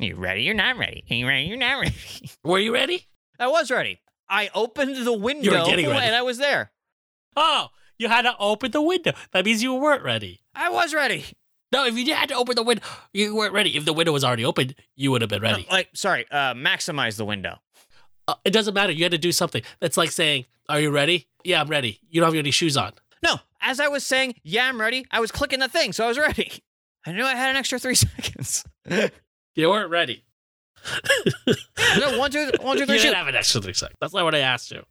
Are you ready? You're not ready. Are you ready? You're not ready. Were you ready? I was ready. I opened the window getting ready. and I was there. Oh, you had to open the window. That means you weren't ready. I was ready. No, if you had to open the window, you weren't ready. If the window was already open, you would have been ready. No, like, sorry, uh, maximize the window. Uh, it doesn't matter. You had to do something. That's like saying, "Are you ready?" Yeah, I'm ready. You don't have any shoes on. No, as I was saying, yeah, I'm ready, I was clicking the thing, so I was ready. I knew I had an extra three seconds. no, You weren't ready. one, two, one, two, You three, didn't shoot. have an extra three seconds. That's not what I asked you.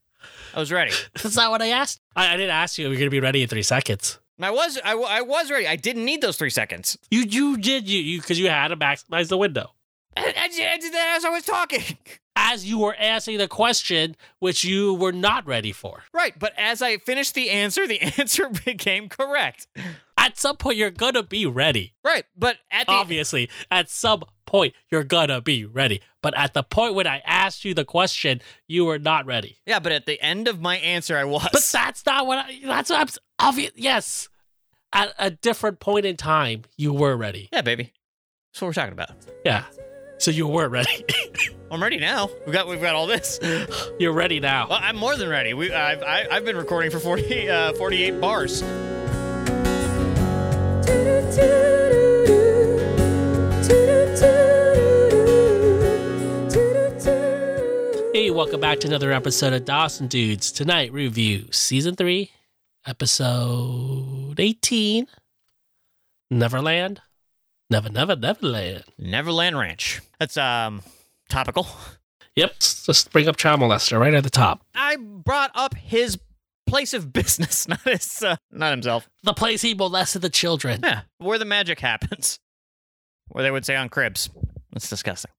I was ready. That's not what I asked. I, I didn't ask you if you're gonna be ready in three seconds. I was, I, wa- I was ready. I didn't need those three seconds. You you did you you because you had to maximize the window I, I did- I did that as I was talking. as you were asking the question which you were not ready for. Right, but as I finished the answer, the answer became correct. At some point, you're gonna be ready. Right, but at the Obviously, at some point, you're gonna be ready. But at the point when I asked you the question, you were not ready. yeah, but at the end of my answer, I was. But that's not what I, that's what I'm obvious. Yes. At a different point in time, you were ready. yeah, baby, that's what we're talking about. Yeah. So you were ready. I'm ready now. We've got, we've got all this. You're ready now. Well, I'm more than ready. We, I've, I, I've been recording for 40, uh, 48 bars. Hey, welcome back to another episode of Dawson Dudes. Tonight review season three, episode 18 Neverland. Never, never, Neverland. Neverland Ranch. That's um topical. Yep. let's Just bring up child molester right at the top. I brought up his place of business, not his, uh, not himself. The place he molested the children. Yeah, where the magic happens, where they would say on cribs. That's disgusting.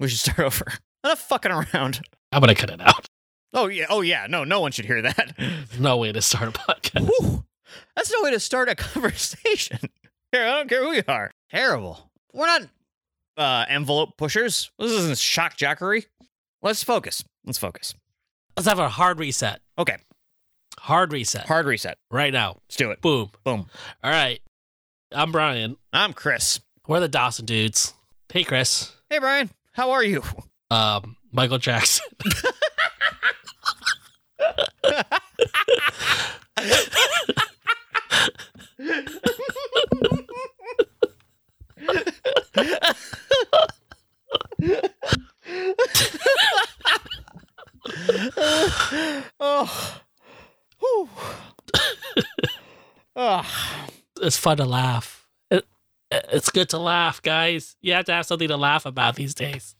We should start over. Enough fucking around. I'm going to cut it out. Oh yeah, oh yeah. No, no one should hear that. No way to start a podcast. Whew. That's no way to start a conversation. Here, I don't care who you are. Terrible. We're not uh, envelope pushers. This isn't shock jockery. Let's focus. Let's focus. Let's have a hard reset. Okay, Hard reset. hard reset. Right now. Let's do it. Boom. Boom. All right. I'm Brian. I'm Chris. We're the Dawson dudes. Hey, Chris. Hey, Brian. How are you? Um, Michael Jackson. Oh. Whew. Ah. It's fun to laugh. It, it's good to laugh, guys. You have to have something to laugh about these days.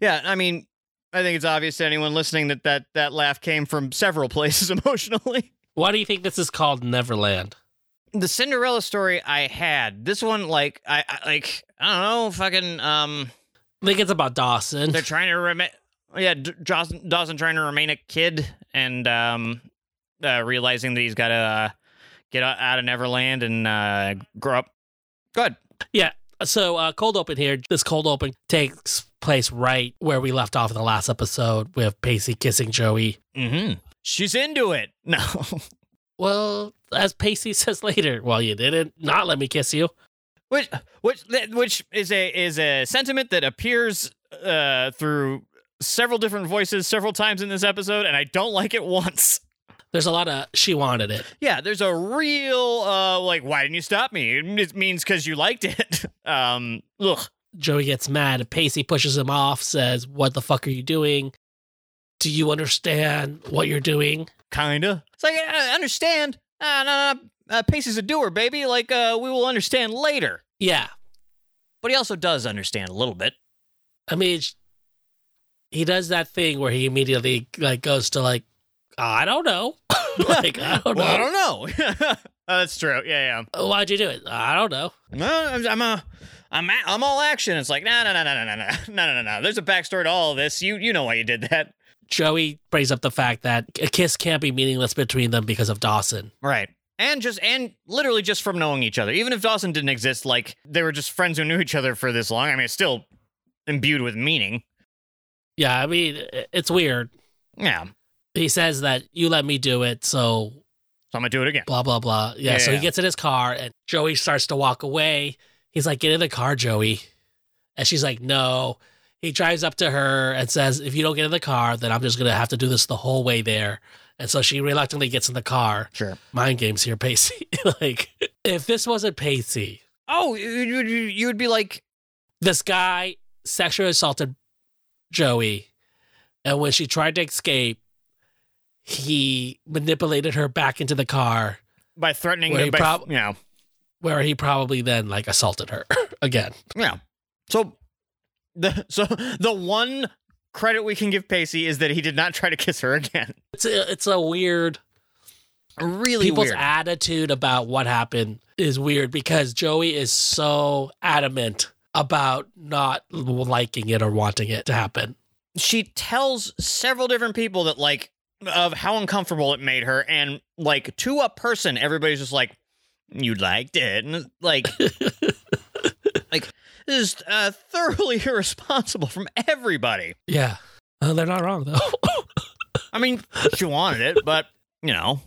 Yeah, I mean, I think it's obvious to anyone listening that that, that laugh came from several places emotionally. Why do you think this is called Neverland? the Cinderella story I had. This one, like, I, I like, I don't know, fucking. Um, I think it's about Dawson. they're trying to remain. Yeah, D- Dawson, Dawson trying to remain a kid and um, uh, realizing that he's got to uh, get o- out of Neverland and uh, grow up. Good. So, uh, cold open here. This cold open takes place right where we left off in the last episode with Pacey kissing Joey. Mm-hmm. She's into it. No. Well, as Pacey says later, well, you didn't not let me kiss you. which which which is a is a sentiment that appears uh through several different voices several times in this episode and I don't like it once. There's a lot of she wanted it. Yeah, there's a real uh like why didn't you stop me? It means cuz you liked it. um ugh. Joey gets mad and Pacey pushes him off, says, What the fuck are you doing? Do you understand what you're doing? kinda. It's like I I understand. Ah, no, no, no. Uh, Pacey's a doer, baby. Like uh we will understand later. Yeah. But he also does understand a little bit. I mean, sh- he does that thing where he immediately like goes to like, I don't know. like, I don't know. Well, I don't know. Oh, that's true. Yeah, yeah. Why'd you do it? I don't know. No, I'm I'm a, I'm, a, I'm all action. It's like no no no no no no no no no no. There's a backstory to all of this. You you know why you did that, Joey brings up the fact that a kiss can't be meaningless between them because of Dawson. right? And just and literally just from knowing each other. Even if Dawson didn't exist, like they were just friends who knew each other for this long. I mean, it's still imbued with meaning. Yeah, I mean, i- it's weird. Yeah. So He says that you let me do it, so I'm gonna do it again. blah blah blah. Yeah, so he Yeah. gets in his car and Joey starts to walk away. He's like, "Get in the car, Joey." And she's like, no. He drives up to her and says, if you don't get in the car, then I'm just going to have to do this the whole way there. And so she reluctantly gets in the car. Sure. Mind games here, Pacey. like, if this wasn't Pacey, Oh, you, you, you would be like, this guy sexually assaulted Joey, and when she tried to escape, he manipulated her back into the car, by threatening, Well, well, you by, prob- you know, where he probably then like assaulted her again. Yeah. So the so the one credit we can give Pacey is that he did not try to kiss her again. It's a, it's a weird Really people's weird. attitude about what happened is weird because Joey is so adamant about not liking it or wanting it to happen. she tells several different people that like of how uncomfortable it made her, and like to a person, everybody's just like, "You liked it," and it's like. Like this is uh, thoroughly irresponsible from everybody. Yeah, Uh, they're not wrong though. I mean, she wanted it, but you know,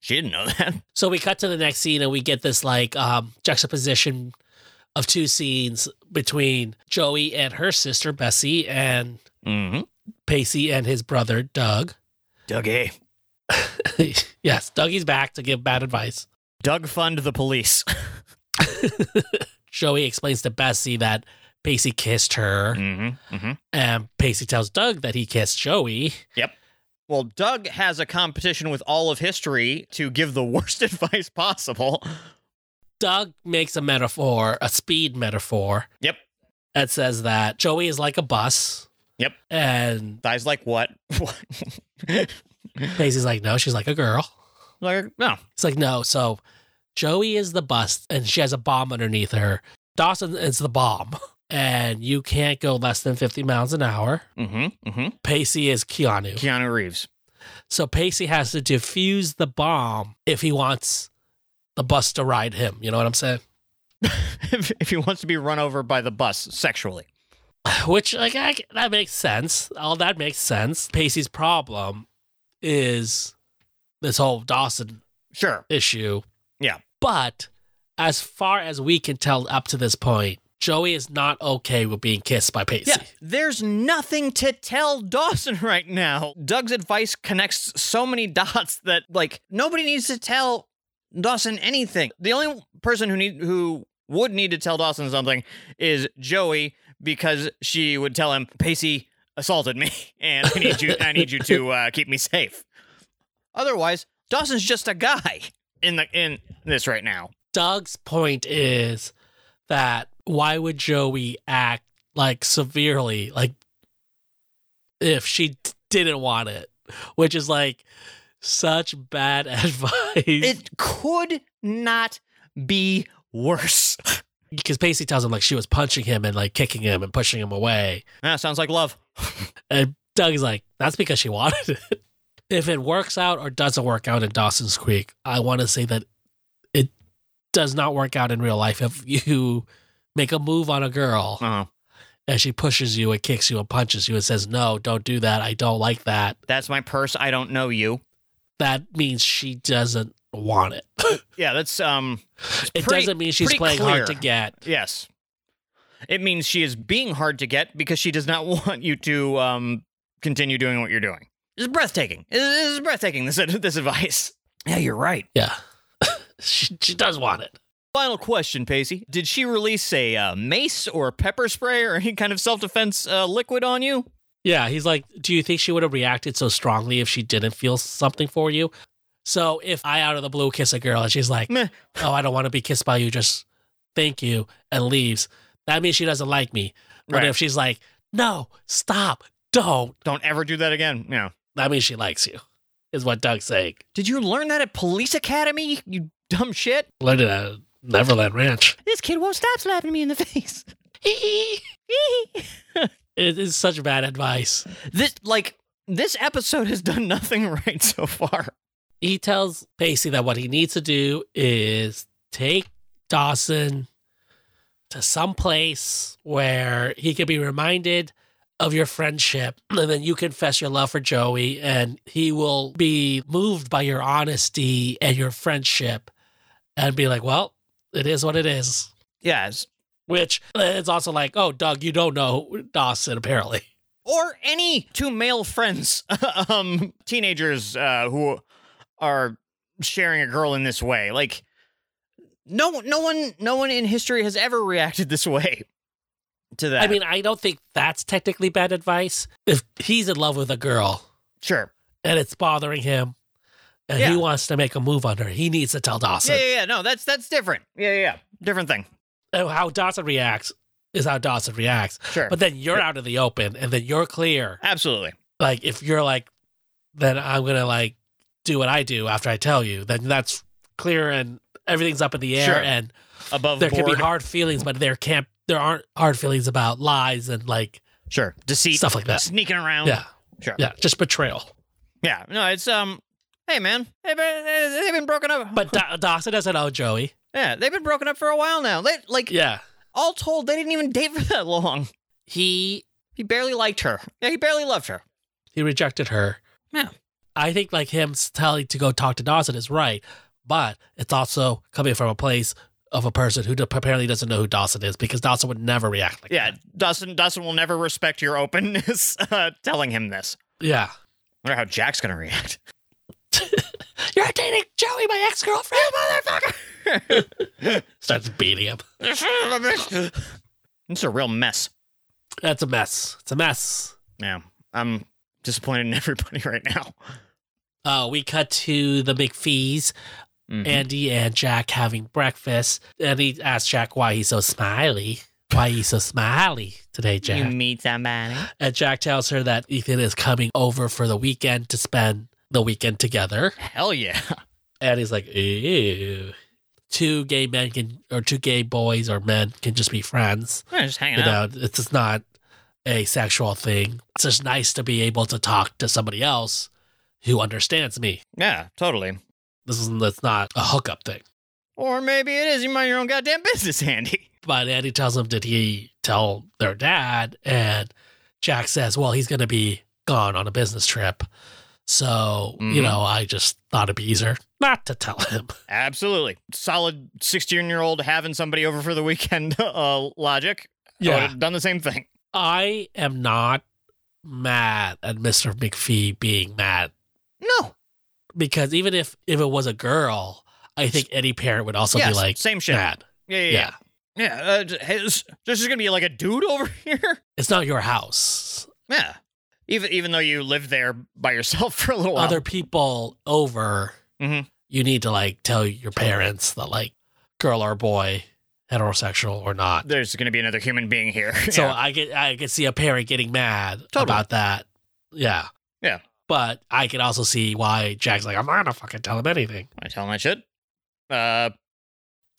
she didn't know that. So we cut to the next scene and we get this like um, juxtaposition of two scenes between Joey and her sister Bessie and Mm-hmm. Pacey and his brother Doug. Dougie, yes, Dougie's back to give bad advice. Doug fund the police. Joey explains to Bessie that Pacey kissed her Mm-hmm. Mm-hmm. and Pacey tells Doug that he kissed Joey. Well, Doug has a competition with all of history to give the worst advice possible. Doug makes a metaphor, a speed metaphor. Yep. That says that Joey is like a bus. Yep. And Thighs like what? What? Pacey's like, no, she's like a girl. like no. It's like, no. So Joey is the bust and she has a bomb underneath her. Dawson is the bomb. And you can't go less than 50 miles an hour. Mm-hmm. Mm-hmm. Pacey is Keanu. Keanu Reeves. So Pacey has to defuse the bomb if he wants the bus to ride him. You know what I'm saying? if, if he wants to be run over by the bus sexually. Which, like, I, that makes sense. All that makes sense. Pacey's problem is this whole Dawson Sure. issue. Yeah. But as far as we can tell up to this point, Joey is not okay with being kissed by Pacey. Yeah. There's nothing to tell Dawson right now. Doug's advice connects so many dots that like nobody needs to tell Dawson anything. The only person who need who would need to tell Dawson something is Joey because she would tell him Pacey assaulted me and I need you I need you to uh, keep me safe. Otherwise, Dawson's just a guy in the in this right now. Doug's point is that why would Joey act like severely, like if she d- didn't want it, which is like such bad advice. It could not be worse. Because Pacey tells him like she was punching him and like kicking him and pushing him away. that sounds like love. And Doug's like, that's because she wanted it. If it works out or doesn't work out in Dawson's Creek, I want to say that it does not work out in real life. If you make a move on a girl Uh-huh. and she pushes you and kicks you and punches you and says, no, don't do that. I don't like that. That's my purse. I don't know you. That means she doesn't want it. Yeah, that's um It pretty- doesn't mean she's pretty playing hard to clear. get. yes. It means she is being hard to get because she does not want you to um continue doing what you're doing. It's breathtaking. It is breathtaking this this advice. Yeah, you're right. Yeah. she, she does want it. Final question, Pacey. Did she release a uh, mace or a pepper spray or any kind of self-defense uh, liquid on you? Yeah, he's like, Do you think she would have reacted so strongly if she didn't feel something for you? So if I out of the blue kiss a girl and she's like, Meh. Oh, I don't want to be kissed by you, just thank you and leaves, that means she doesn't like me. But Right. if she's like, No, stop, don't, Don't ever do that again. No. that means she likes you, is what Doug's saying. Did you learn that at police academy? You dumb shit. Learned it at Neverland Ranch. This kid won't stop slapping me in the face. It is such bad advice. this like this episode has done nothing right so far. he tells Pacey that what he needs to do is take Dawson to some place where he can be reminded of your friendship, and then you confess your love for Joey, and he will be moved by your honesty and your friendship, and be like, "Well, it is what it is." Yes. which it's also like, oh, Doug, you don't know Dawson, apparently. or any two male friends, um, teenagers uh, who are sharing a girl in this way. Like, no, no one, no one in history has ever reacted this way to that. I mean, I don't think that's technically bad advice. If he's in love with a girl sure, and it's bothering him and Yeah. he wants to make a move on her, he needs to tell Dawson. yeah, yeah, yeah. No, that's that's different. Yeah, yeah, yeah. different thing. And how Dawson reacts is how Dawson reacts. Sure, But then you're out in the open and then you're clear. absolutely. Like, if you're like, then I'm going to like do what I do after I tell you, then that's clear and everything's up in the air Sure. and Above there board. can be hard feelings, but there can't. There aren't hard feelings about lies and like Sure, deceit, stuff like that. sneaking around. Yeah, sure. yeah, just betrayal. Yeah. No, it's um. Hey, man, they've been, they've been broken up. But da- Dawson doesn't know Joey. yeah, they've been broken up for a while now. They, like Yeah, all told, they didn't even date for that long. he He barely liked her. Yeah, he barely loved her. he rejected her. Yeah. I think like him telling to go talk to Dawson is right, but it's also coming from a place of a person who apparently doesn't know who Dawson is because Dawson would never react like Yeah, that. Dustin Dustin will never respect your openness uh, telling him this. Yeah. I wonder how Jack's gonna react. You're dating Joey, my ex girlfriend, motherfucker. Starts beating him. it's a real mess. That's a mess. It's a mess. Yeah. I'm disappointed in everybody right now. Uh, we cut to the McPhees Mm-hmm. Mhm. Andy and Jack having breakfast, and he asks Jack why he's so smiley. Why he's so smiley today, Jack? meet somebody. And Jack tells her that Ethan is coming over for the weekend to spend the weekend together. Hell yeah. And he's like, "Ew, two gay men can, or two gay boys or men can just be friends. Yeah, just hanging You out. know, it's just not a sexual thing. It's just nice to be able to talk to somebody else who understands me. Yeah, totally. This is that's not a hookup thing." Or maybe it is. You mind your own goddamn business, Andy. But Andy tells him, Did he tell their dad? And Jack says, Well, he's going to be gone on a business trip. So, you Mhm. know, I just thought it'd be easier not to tell him. Absolutely. Solid 16 year old having somebody over for the weekend uh, logic. I would've done the same thing. I am not mad at Mr. McPhee being mad No. because even if, if it was a girl, I think any parent would also Yes, be like, same shit. Mad. Yeah, yeah, Yeah. yeah. Yeah, uh, j- hey, this this is gonna be like a dude over here. It's not your house. Yeah, even even though you lived there by yourself for a little while. Other people over, Mhm. you need to like tell your parents that like girl or boy, heterosexual or not. There's gonna be another human being here. So yeah. I get I could see a parent getting mad Totally. about that. Yeah. Yeah. But I can also see why Jack's like, I'm not gonna fucking tell him anything. I tell him I should. Uh,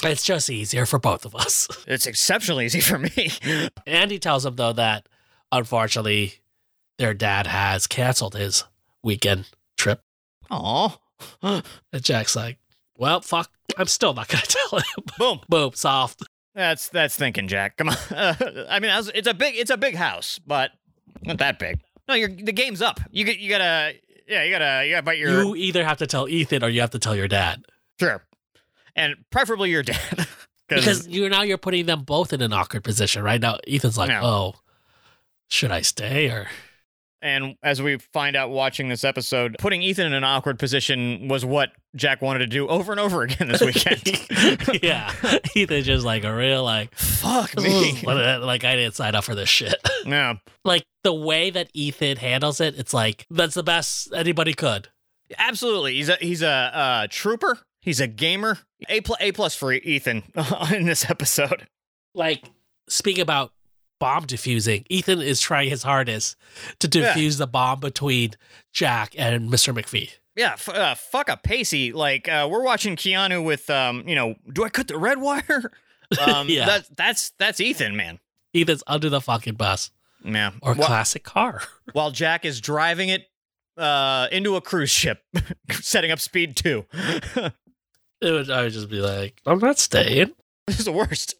It's just easier for both of us. it's exceptionally easy for me. Andy tells him though that unfortunately their dad has canceled his weekend trip. Aw, And Jack's like, Well, fuck, I'm still not gonna tell him. boom. Boom, soft. That's that's thinking, Jack. Come on. Uh, I mean, I was- it's a big it's a big house, but not that big. No, you're, the game's up. You get you gotta yeah you gotta you gotta bite your You either have to tell Ethan or you have to tell your dad. sure, and preferably your dad. Because you're now you're putting them both in an awkward position, right? Now Ethan's like, Yeah. Oh, should I stay or And as we find out watching this episode, putting Ethan in an awkward position was what Jack wanted to do over and over again this weekend. yeah, Ethan's just like a real like, Fuck me. "Ugh," like I didn't sign up for this shit. yeah. like the way that Ethan handles it, it's like that's the best anybody could. Absolutely. He's a he's a uh, trooper. He's a gamer. A plus a plus for Ethan in this episode. Like speaking about bomb defusing, Ethan is trying his hardest to Yeah. defuse the bomb between Jack and Mr. McPhee. Yeah, f- uh, fuck a pacey. Like uh, we're watching Keanu with um, you know, do I cut the red wire? Um, Yeah. that's that's that's Ethan, man. Ethan's under the fucking bus Yeah. or Wha- classic car. while Jack is driving it uh, into a cruise ship, setting up speed two. It would, I would just be like, I'm not staying. this is the worst.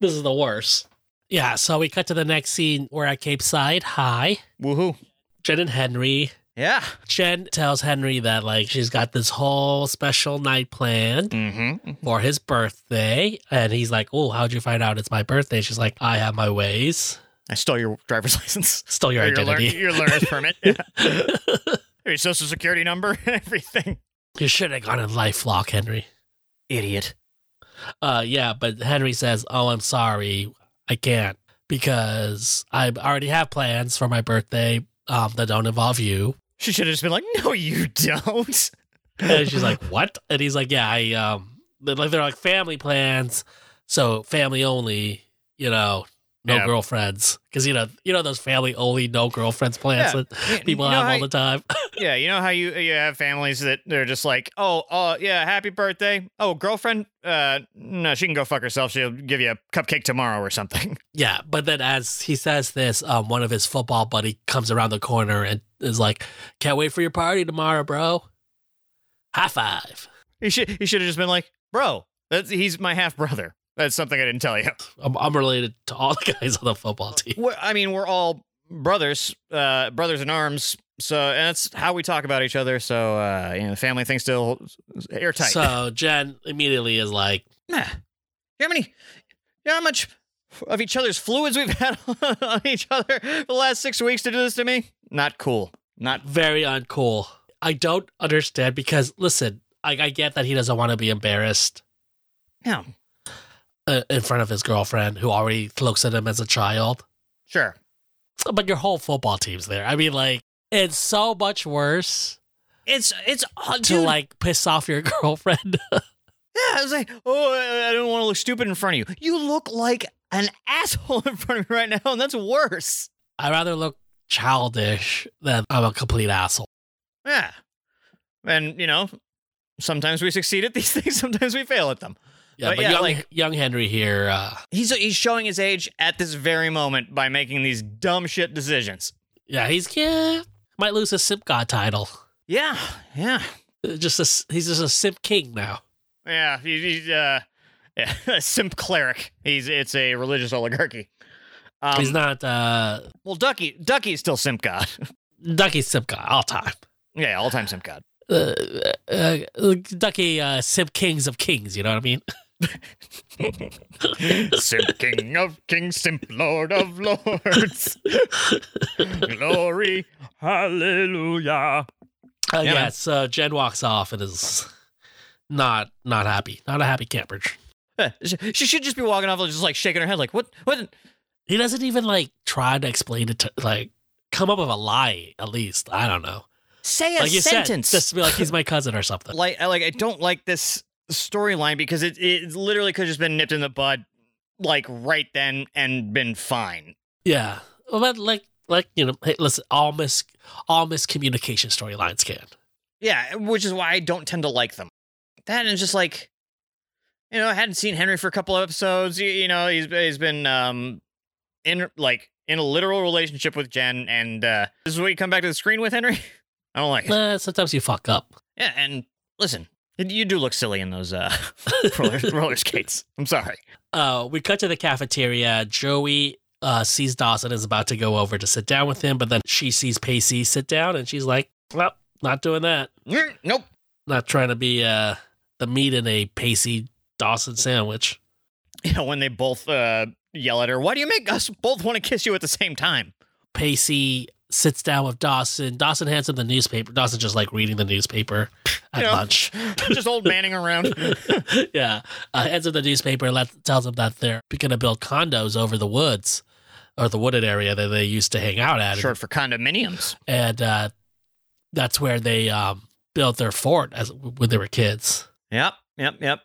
This is the worst. Yeah, so we cut to the next scene. We're at Cape Side. Hi. Woohoo. Jen and Henry Yeah. Jen tells Henry that like she's got this whole special night planned Mm-hmm. for his birthday, and he's like, "Oh, how'd you find out it's my birthday?" She's like, "I have my ways. I stole your driver's license. Stole your Or lear- identity. your learner's permit. Yeah. Your social security number and everything. you should have gone in LifeLock, Henry." Idiot. Uh, yeah, but Henry says, "Oh, I'm sorry, I can't because I already have plans for my birthday um, that don't involve you." She should have just been like, no, you don't. And she's like, "What?" And he's like, "Yeah, I um, they're like they're like family plans, so family only, you know, no Yeah. girlfriends, because you know, you know those family only no girlfriends plans Yeah. that people have all the time." Yeah, you know how you you have families that they're just like, oh, oh, yeah, happy birthday. Oh, girlfriend, uh, no, she can go fuck herself. She'll give you a cupcake tomorrow or something. yeah, but then as he says this, um, one of his football buddy comes around the corner and is like, "Can't wait for your party tomorrow, bro." High five. You should you should have just been like, bro, that's, he's my half brother. That's something I didn't tell you. I'm, I'm related to all the guys on the football team. We're, I mean, we're all brothers, uh, brothers in arms. So and that's how we talk about each other. So uh, you know, the family thing still airtight. So Jen immediately is like, Nah. You know how many, you know how much of each other's fluids we've had on each other for the last six weeks to do this to me? Not cool. Not. very uncool. I don't understand because listen, I, I get that he doesn't want to be embarrassed No. uh, in front of his girlfriend who already looks at him as a child, Sure. but your whole football team's there. I mean, like, it's so much worse It's it's odd to like piss off your girlfriend. Yeah, I was like, oh, I, I don't want to look stupid in front of you. You look like an asshole in front of me right now, and that's worse. I rather look childish than I'm a complete asshole. Yeah. And you know, sometimes we succeed at these things, sometimes we fail at them. Yeah, But but, yeah, young, like- young Henry here, uh, He's he's showing his age at this very moment by making these dumb shit decisions. yeah, he's yeah might lose his simp god title. Yeah, yeah. just a s he's just a simp king now. Yeah, he- he's uh, yeah, a simp cleric. He's it's a religious oligarchy. Um, he's not uh well, Ducky Ducky's still simp god. Ducky simp god all time. yeah, all time simp god. Uh, uh, uh, Ducky uh, simp kings of kings. You know what I mean? simp king of kings, simp lord of lords. Glory, hallelujah. Uh, Yeah. yeah. So Jen walks off and is not not happy. Not a happy camper. Huh, She she should just be walking off, just like shaking her head, like what? What? He doesn't even like try to explain it. To, like come up with a lie at least. I don't know. Say a like you sentence. said, just be like he's my cousin or something. like I like I don't like this storyline because it it literally could have just been nipped in the bud like right then and been fine. Yeah. Well, that, like like you know, hey, listen, all mis all miscommunication storylines can. Yeah, which is why I don't tend to like them. That and just like you know, I hadn't seen Henry for a couple of episodes. You, you know, he's he's been um in like in a literal relationship with Jen and uh this is what you come back to the screen with Henry. I don't like it. Nah, sometimes you fuck up. Yeah, and listen, you- you do look silly in those uh roller, roller skates. I'm sorry. uh, we cut to the cafeteria. Joey uh, sees Dawson is about to go over to sit down with him, but then she sees Pacey sit down, and she's like, "Well, not doing that. Mm, Nope. Not trying to be uh, the meat in a Pacey Dawson sandwich." you know, when they both uh, yell at her, why do you make us both want to kiss you at the same time? Pacey sits down with Dawson. Dawson hands him the newspaper. Dawson just like reading the newspaper at Yeah. lunch. Just old manning around. yeah, uh, hands him the newspaper and let, tells him that they're going to build condos over the woods or the wooded area that they used to hang out at. Short for condominiums. and uh, that's where they um, built their fort as when they were kids. Yep, yep, yep.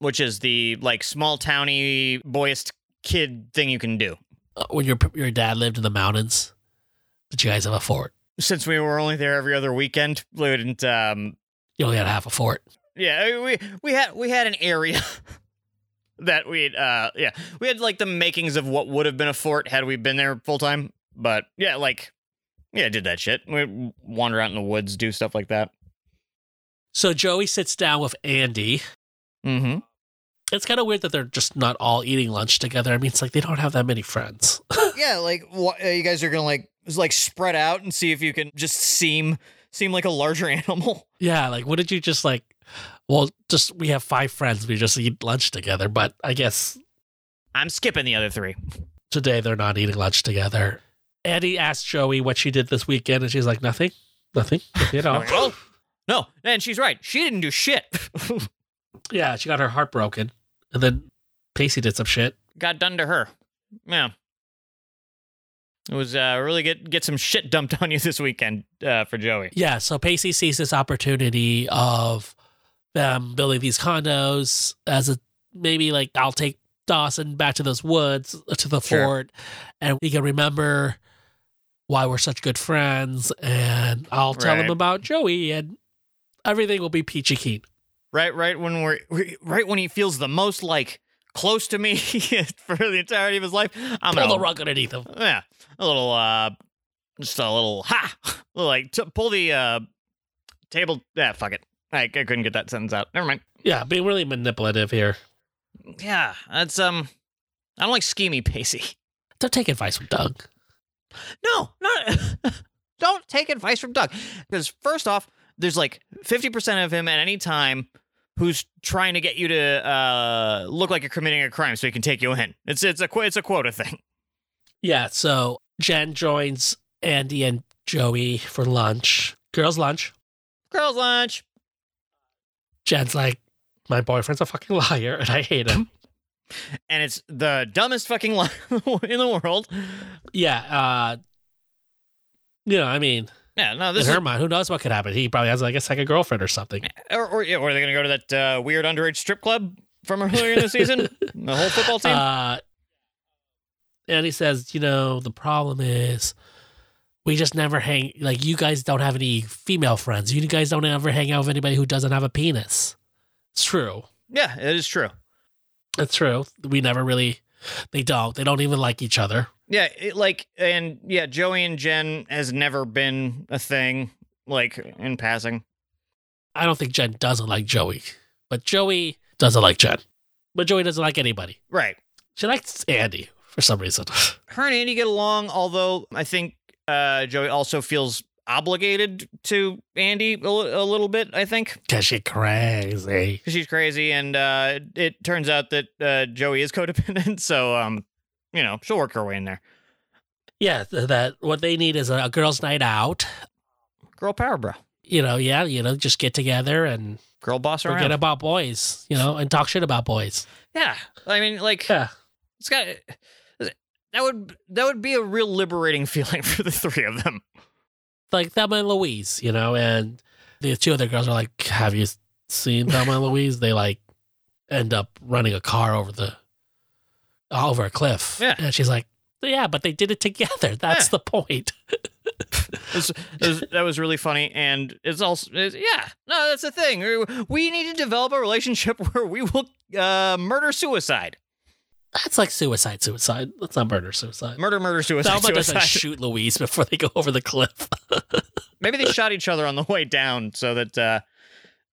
Which is the like small towny boyest kid thing you can do. Uh, When your your dad lived in the mountains, but you guys have a fort. Since we were only there every other weekend, we didn't. Um, You only had half a fort. yeah, eh, we we had we had an area that we uh yeah we had like the makings of what would have been a fort had we been there full time. But yeah, like yeah, did that shit. We wander out in the woods, do stuff like that. So Joey sits down with Andy. Mm-hmm. It's kind of weird that they're just not all eating lunch together. I mean, it's like they don't have that many friends. yeah, like wh- uh, you guys are gonna like is like spread out and see if you can just seem seem like a larger animal. Yeah, like what did you just like? Well, just we have five friends. We just eat lunch together, but I guess I'm skipping the other three. today they're not eating lunch together. Eddie asked Joey what she did this weekend, and she's like, nothing, nothing, nothing at all. Like, oh, no, and she's right. She didn't do shit. yeah, she got her heart broken, and then Pacey did some shit. Got done to her. Yeah. It was uh, really get get some shit dumped on you this weekend uh, for Joey. Yeah, so Pacey sees this opportunity of them building these condos as a maybe like I'll take Dawson back to those woods uh, to the Sure. fort, and we can remember why we're such good friends, and I'll tell Right. them about Joey, and everything will be peachy keen. Right, right when we're we- right when he feels the most like close to me for the entirety of his life. I'm Pull gonna the rug underneath them. yeah, a little uh, just a little ha, like t- pull the uh table. Yeah, fuck it. I, I couldn't get that sentence out. Never mind. Yeah, being really manipulative here. Yeah, that's um, I don't like schemy, Pacey. Don't take advice from Doug. No, not don't take advice from Doug. Because first off, there's like 50% of him at any time who's trying to get you to uh, look like you're committing a crime so he can take you in. It's it's a qu- it's a quota thing. Yeah, so Jen joins Andy and Joey for lunch. Girls' lunch. Girls lunch. Jen's like, my boyfriend's a fucking liar and I hate him. And it's the dumbest fucking line in the world. yeah, uh you know, I mean, Yeah, no, this in is her mind, who knows what could happen? He probably has like a second girlfriend or something. or or, yeah, or are they going to go to that uh, weird underage strip club from earlier in the season? the whole football team? Uh, and he says, you know, the problem is we just never hang. Like, you guys don't have any female friends. You guys don't ever hang out with anybody who doesn't have a penis. It's true. yeah, it is true. It's true. We never really. They don't. They don't even like each other. Yeah, it, like and yeah, Joey and Jen has never been a thing like in passing. I don't think Jen doesn't like Joey, but Joey doesn't like Jen. But Joey doesn't like anybody. Right. She likes Andy for some reason. Her and Andy get along, although I think uh, Joey also feels obligated to Andy a, li- a little bit. I think Cause she crazy. 'Cause she's crazy, and uh, it turns out that uh, Joey is codependent. So, um, you know, she'll work her way in there. Yeah, th- that what they need is a, a girls' night out. Girl power, bro. You know, yeah, you know, just get together and Girl boss around. forget about boys, you know, and talk shit about boys. yeah, I mean, like Yeah. it's got that would that would be a real liberating feeling for the three of them. Like Thelma and Louise, you know, and the two other girls are like, Have you seen Thelma and Louise? They like end up running a car over the over a cliff. Yeah. And she's like, Yeah, but they did it together. That's Yeah. the point. It was- that was really funny, and it's also it's- yeah. No, that's the thing. We- We need to develop a relationship where we will uh, murder suicide, That's like suicide, suicide. That's not murder suicide. murder, murder, suicide, Thelma doesn't suicide. shoot Louise before they go over the cliff. Maybe they shot each other on the way down so that uh,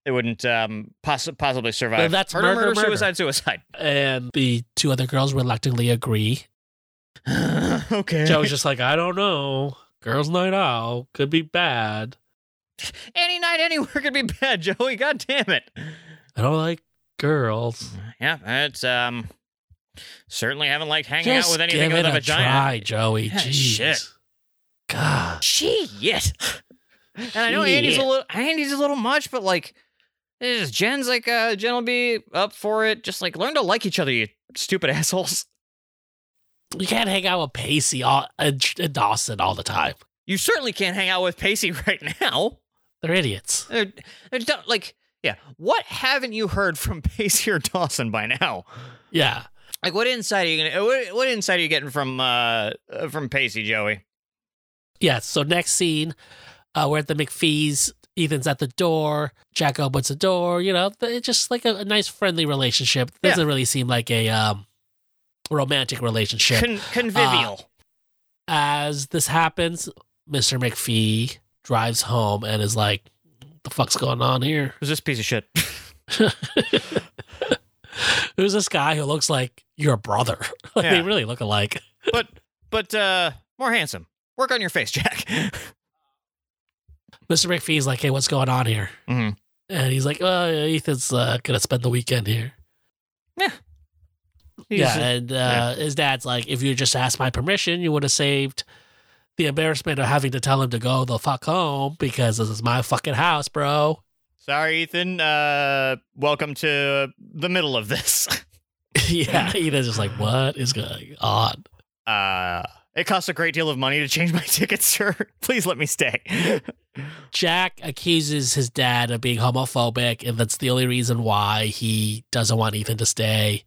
they wouldn't um, poss- possibly survive. Then that's murder, murder. suicide, suicide. and the two other girls reluctantly agree. okay. Joe's just like, I don't know. Girls' night out could be bad. Any night, anywhere could be bad, Joey. God damn it. I don't like girls. Yeah, it's um. Certainly haven't liked hanging Just out with anything give with it a vagina. Try, Joey. Yeah, Jeez. shit. God. Shit. And I know Andy's a Shit. little Andy's a little much, but like it's just Jen's like uh Jen will be up for it. Just like learn to like each other, you stupid assholes. You can't hang out with Pacey all, and, and Dawson all the time. You certainly can't hang out with Pacey right now. They're idiots. They're, they're done- like yeah. What haven't you heard from Pacey or Dawson by now? Yeah. Like what insight are you gonna uh, what, what insight are you getting from uh uh, from Pacey, Joey? Yeah. So next scene, uh, we're at the McPhee's. Ethan's at the door. Jack opens the door. You know, th- it's just like a, a nice, friendly relationship. Doesn't really seem like a um, romantic relationship. Con- convivial. as this happens, Mr. McPhee drives home and is like, the fuck's going on here? Who's this piece of shit? Who's this guy who looks like your brother? like, Yeah. They really look alike. but but uh more handsome. Work on your face, Jack. Mr. McPhee's like, hey, what's going on here? Mhm. And he's like, oh, Ethan's uh, going to spend the weekend here. He's yeah. just- and uh, his dad's like, if you just asked my permission, you would have saved the embarrassment of having to tell him to go the fuck home because this is my fucking house, bro. Sorry, Ethan. Uh, welcome to the middle of this. yeah. Ethan's just like, what is going on? Uh, it costs a great deal of money to change my ticket, sir. Please let me stay. Jack accuses his dad of being homophobic, and that's the only reason why he doesn't want Ethan to stay.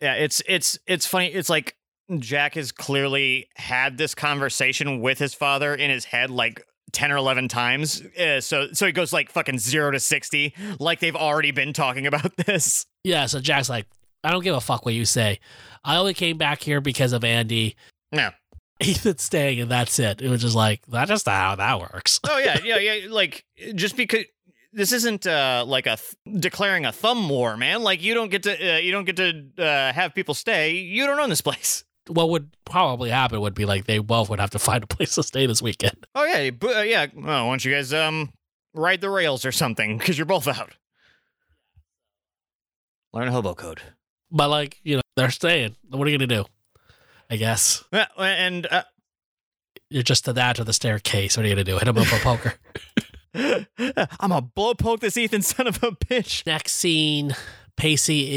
yeah, it's it's it's funny. It's like Jack has clearly had this conversation with his father in his head like 10 or 11 times. Uh, so so he goes like fucking 0 to 60 like they've already been talking about this. Yeah, so Jack's like, I don't give a fuck what you say. I only came back here because of Andy. No. Ethan's staying, and that's it. It was just like, that's just not how that works. Oh yeah, yeah, yeah. Like just because this isn't uh, like a th- declaring a thumb war, man. Like you don't get to uh, you don't get to uh, have people stay. You don't own this place. What would probably happen would be like they both would have to find a place to stay this weekend. Oh yeah, but, uh, yeah. Oh, why don't you guys um ride the rails or something? Because you're both out. Learn hobo code. But like, you know, they're staying. What are you gonna do? I guess Uh, and uh, you're just to that or the staircase. What are you gonna do? Hit him up with poker. I'm a blow poke this Ethan son of a bitch. Next scene, Pacey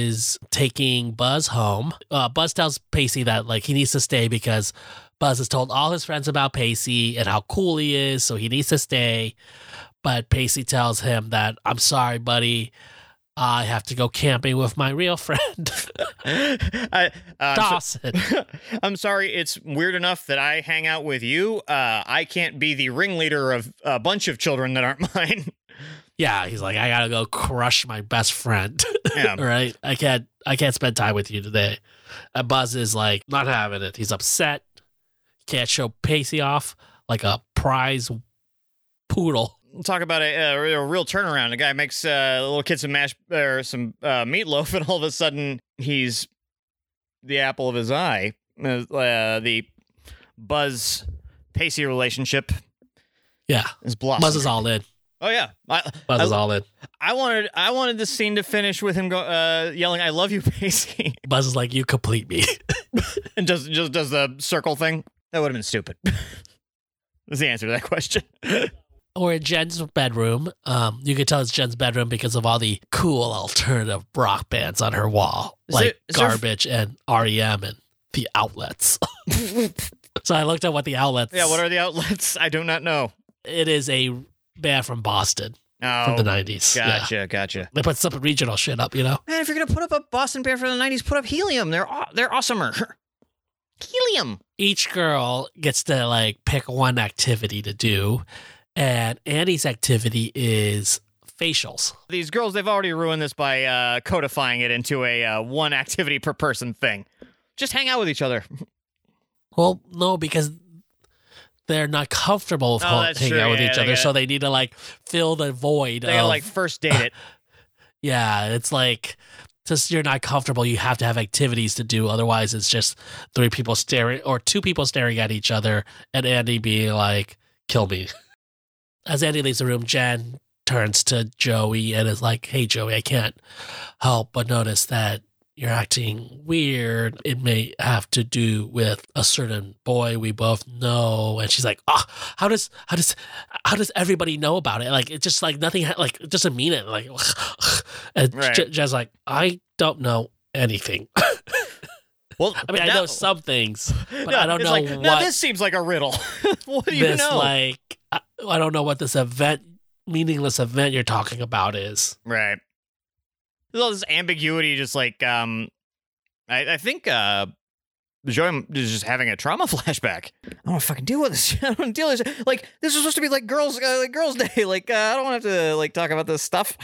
is taking Buzz home. Uh, Buzz tells Pacey that like he needs to stay because Buzz has told all his friends about Pacey and how cool he is, so he needs to stay. But Pacey tells him that I'm sorry, buddy. I have to go camping with my real friend I, uh, I'm so- Dawson. I'm sorry, it's weird enough that I hang out with you. Uh, I can't be the ringleader of a bunch of children that aren't mine. yeah, he's like, I gotta go crush my best friend. yeah. All right, I can't, I can't spend time with you today. And Buzz is like not having it. He's upset. Can't show Pacey off like a prize poodle. Talk about a, a, a real turnaround. A guy makes uh, a little kid some mash or some uh, meatloaf, and all of a sudden he's the apple of his eye. Uh, the Buzz Pacey relationship Yeah, is blossoming. Buzz is all in. oh yeah, I, Buzz I- is all in. I wanted I wanted this scene to finish with him go, uh, yelling, "I love you, Pacey." Buzz is like, you complete me. and does just does the circle thing. That would have been stupid. Is the answer to that question? Or in Jen's bedroom. Um, you can tell it's Jen's bedroom because of all the cool alternative rock bands on her wall, Is like there- is there- Garbage and REM and the Outlets. so I looked at what the Outlets. yeah. What are the outlets? I do not know. It is a band from Boston Oh, from the nineties. gotcha, gotcha. They put some regional shit up, you know? Man, if you're gonna put up a Boston band from the '90s, put up Helium. They're aw- they're awesomer. Helium. Each girl gets to like pick one activity to do. And Annie's activity is facials. These girls, they've already ruined this by uh, codifying it into a uh, one activity per person thing. Just hang out with each other. Well, no, because they're not comfortable with Oh, ho- that's hanging true. out with Yeah, each they other. got- so they need to like fill the void They of gotta like first date it. Yeah, it's like since you're not comfortable, you have to have activities to do. Otherwise, it's just three people staring or two people staring at each other, and Andy being like, "Kill me." As Andy leaves the room, Jen turns to Joey and is like, "Hey, Joey, I can't help but notice that." You're acting weird. It may have to do with a certain boy we both know. And she's like, "Ah, how does how does how does everybody know about it? Like, it just like nothing. Ha- like, it doesn't mean it. Like, and Right. J- Jen's like, I don't know anything. Well, I mean, I know some things. but I don't it's know like, Now what- this seems like a riddle. what do you This know? like, I, I don't know what this event, meaningless event you're talking about is. Right. There's all this ambiguity, just like um, I, I think uh, Joy is just having a trauma flashback. I don't want to fucking deal with this. I don't wanna deal with this. Like this was supposed to be like girls, uh, like girls' day. Like uh, I don't want to have to like talk about this stuff.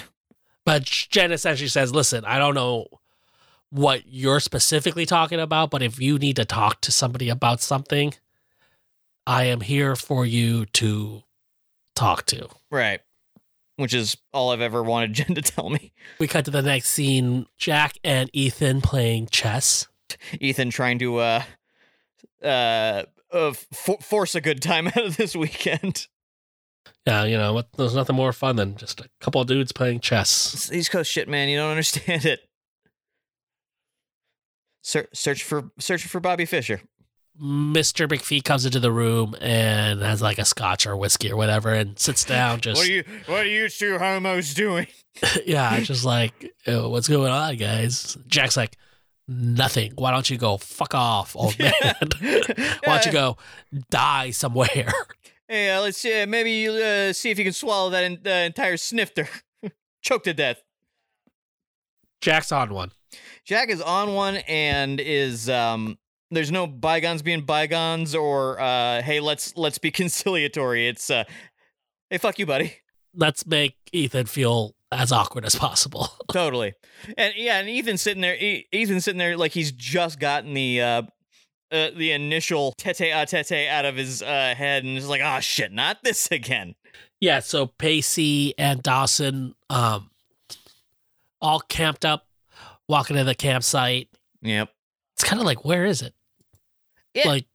But Jen essentially says, listen, I don't know what you're specifically talking about, but if you need to talk to somebody about something, I am here for you to talk to. Right. Which is all I've ever wanted Jen to tell me. We cut to the next scene Jack and Ethan playing chess. Ethan trying to uh, uh, of for- force a good time out of this weekend. Yeah, you know, what, there's nothing more fun than just a couple of dudes playing chess. It's East Coast shit, man. You don't understand it. Ser- search for search for Bobby Fisher. Mr. McPhee comes into the room and has like a scotch or whiskey or whatever and sits down just What are you What are you two homos doing? yeah, just like, "Oh, what's going on, guys? Jack's like, nothing. Why don't you go fuck off, old man? Why don't you go die somewhere? Hey, uh, let's uh, maybe you uh, see if you can swallow that en- uh, entire snifter. Choke to death. Jack's on one. Jack is on one and is um there's no bygones being bygones or uh hey let's let's be conciliatory. It's uh hey fuck you buddy. Let's make Ethan feel as awkward as possible. totally. And yeah, and Ethan's sitting there E- Ethan's sitting there like he's just gotten the uh uh, the initial tete a tete out of his uh, head, and is like, "Ah, shit, not this again." Yeah, so Pacey and Dawson um all camped up, walking to the campsite. Yep. It's kind of like, where is it? Yeah. Like,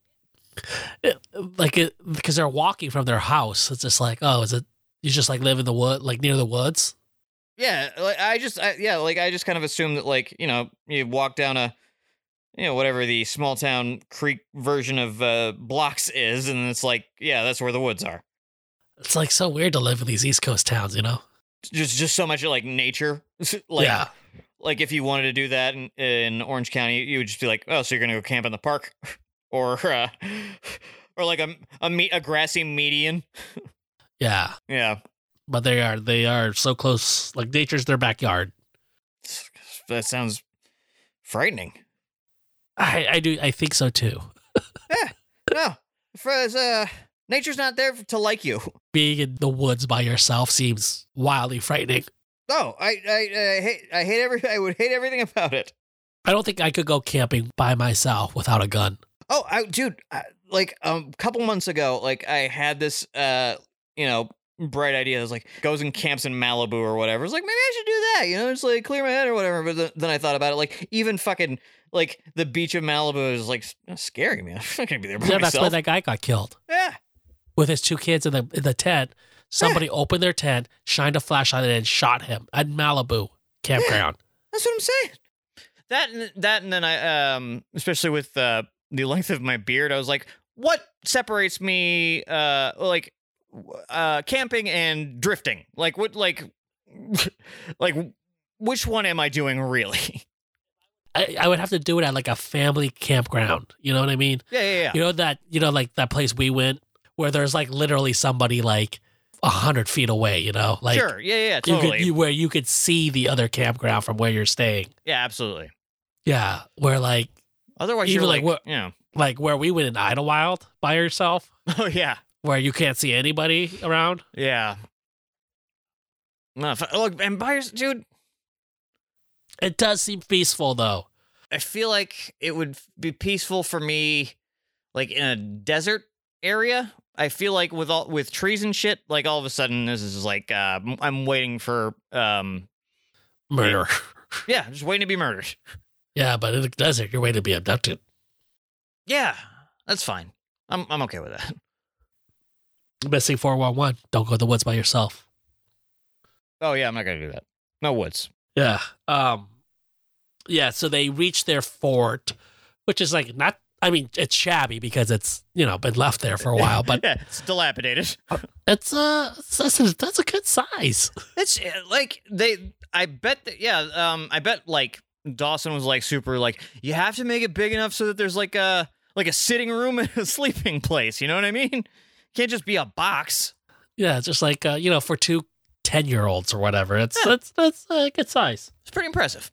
it- like it because they're walking from their house. It's just like, oh, is it? You just like live in the wood, like near the woods. Yeah, like I just, I, yeah, like I just kind of assumed that, like you know, you walk down a, you know, whatever the small town creek version of uh, blocks is, and it's like, yeah, that's where the woods are. It's like so weird to live in these East Coast towns, you know? Just, just so much like nature. like, yeah, like if you wanted to do that in, in Orange County, you would just be like, oh, so you're gonna go camp in the park, or, uh, or like a a, me- a grassy median. yeah. Yeah, But they are they are so close. Like nature's their backyard. that sounds frightening. I I do I think so too. No, for, uh, nature's not there to like you. Being in the woods by yourself seems wildly frightening. No, I, I, I hate, I hate every, I would hate everything about it. I don't think I could go camping by myself without a gun. Oh, I, dude, I, like um, a couple months ago, like I had this, uh, you know, bright idea. I was like, goes and camps in Malibu or whatever. It's like maybe I should do that. You know, just like clear my head or whatever. But th- then I thought about it, like even fucking like the beach of Malibu is like s- scary, man. I'm not gonna be there by Yeah, that's why myself. that guy got killed yeah, with his two kids in the in the tent. Somebody opened their tent, shined a flashlight, in, and shot him at Malibu campground. that's what I'm saying. That and that and then I um, especially with uh, the length of my beard, I was like, what separates me uh like uh camping and drifting? Like what like like which one am I doing really? I, I would have to do it at like a family campground. You know what I mean? yeah, yeah, yeah. You know that you know like that place we went where there's like literally somebody like a hundred feet away. You know, like sure. Yeah, yeah, yeah, you totally. could you, where you could see the other campground from where you're staying. yeah, absolutely. Yeah, where like Otherwise Even you're like like, what- yeah. like where we went in Idlewild by yourself, Oh yeah. where you can't see anybody around. Yeah. No, if I- look, and buyers dude, It does seem peaceful though. I feel like it would be peaceful for me, like in a desert area. I feel like with all with trees and shit, like all of a sudden this is like uh, m- I'm waiting for um Murder. yeah, just waiting to be murdered. Yeah, but in the desert, you're waiting to be abducted. Yeah, that's fine. I'm I'm okay with that. Missing 411. Don't go in the woods by yourself. Oh yeah, I'm not gonna do that. No woods. Yeah. Um Yeah, so they reach their fort, which is like not I mean, it's shabby because it's, you know, been left there for a while, but yeah, it's dilapidated. it's uh that's a, that's a good size. It's uh, like they. I bet that. Yeah. Um. I bet like Dawson was like super like you have to make it big enough so that there's like a like a sitting room and a sleeping place. You know what I mean? Can't just be a box. Yeah, it's just like uh, you know, for two 10-year-olds or whatever. It's that's that's a good size. It's pretty impressive.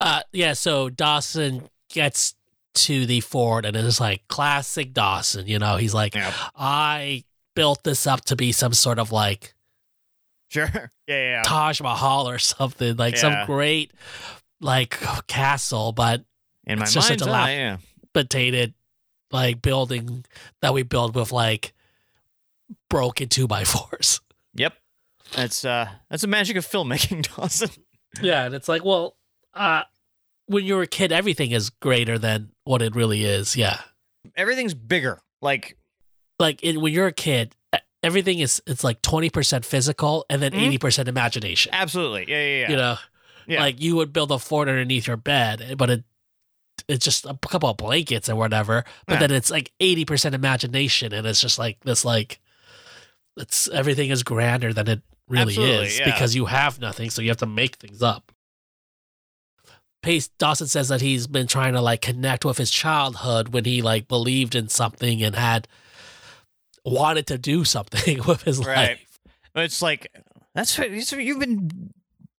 Uh yeah, so Dawson gets to the fort and it's like classic Dawson, you know, he's like Yeah. I built this up to be some sort of like Sure. Yeah. Yeah. Taj Mahal or something, like Yeah. some great like castle, but In my It's just a mind's dilap- eye. Yeah. potated like building that we build with like broken two by fours. Yep. That's uh. That's the magic of filmmaking, Dawson. Yeah, and it's like, well, uh when you're a kid, everything is greater than what it really is. Yeah. Everything's bigger. Like Like it, when you're a kid, e- everything is, it's like 20% physical and then Mhm. 80% imagination. absolutely. Yeah, yeah, yeah. You know, Yeah. like you would build a fort underneath your bed, but it, it's just a couple of blankets and whatever. But Yeah. then it's like 80% imagination. And it's just like this, like, it's everything is grander than it really Absolutely, is yeah. because you have nothing. So you have to make things up. Pace Dawson says that he's been trying to like connect with his childhood when he like believed in something and had wanted to do something with his Right. life. It's like that's what it's, you've been.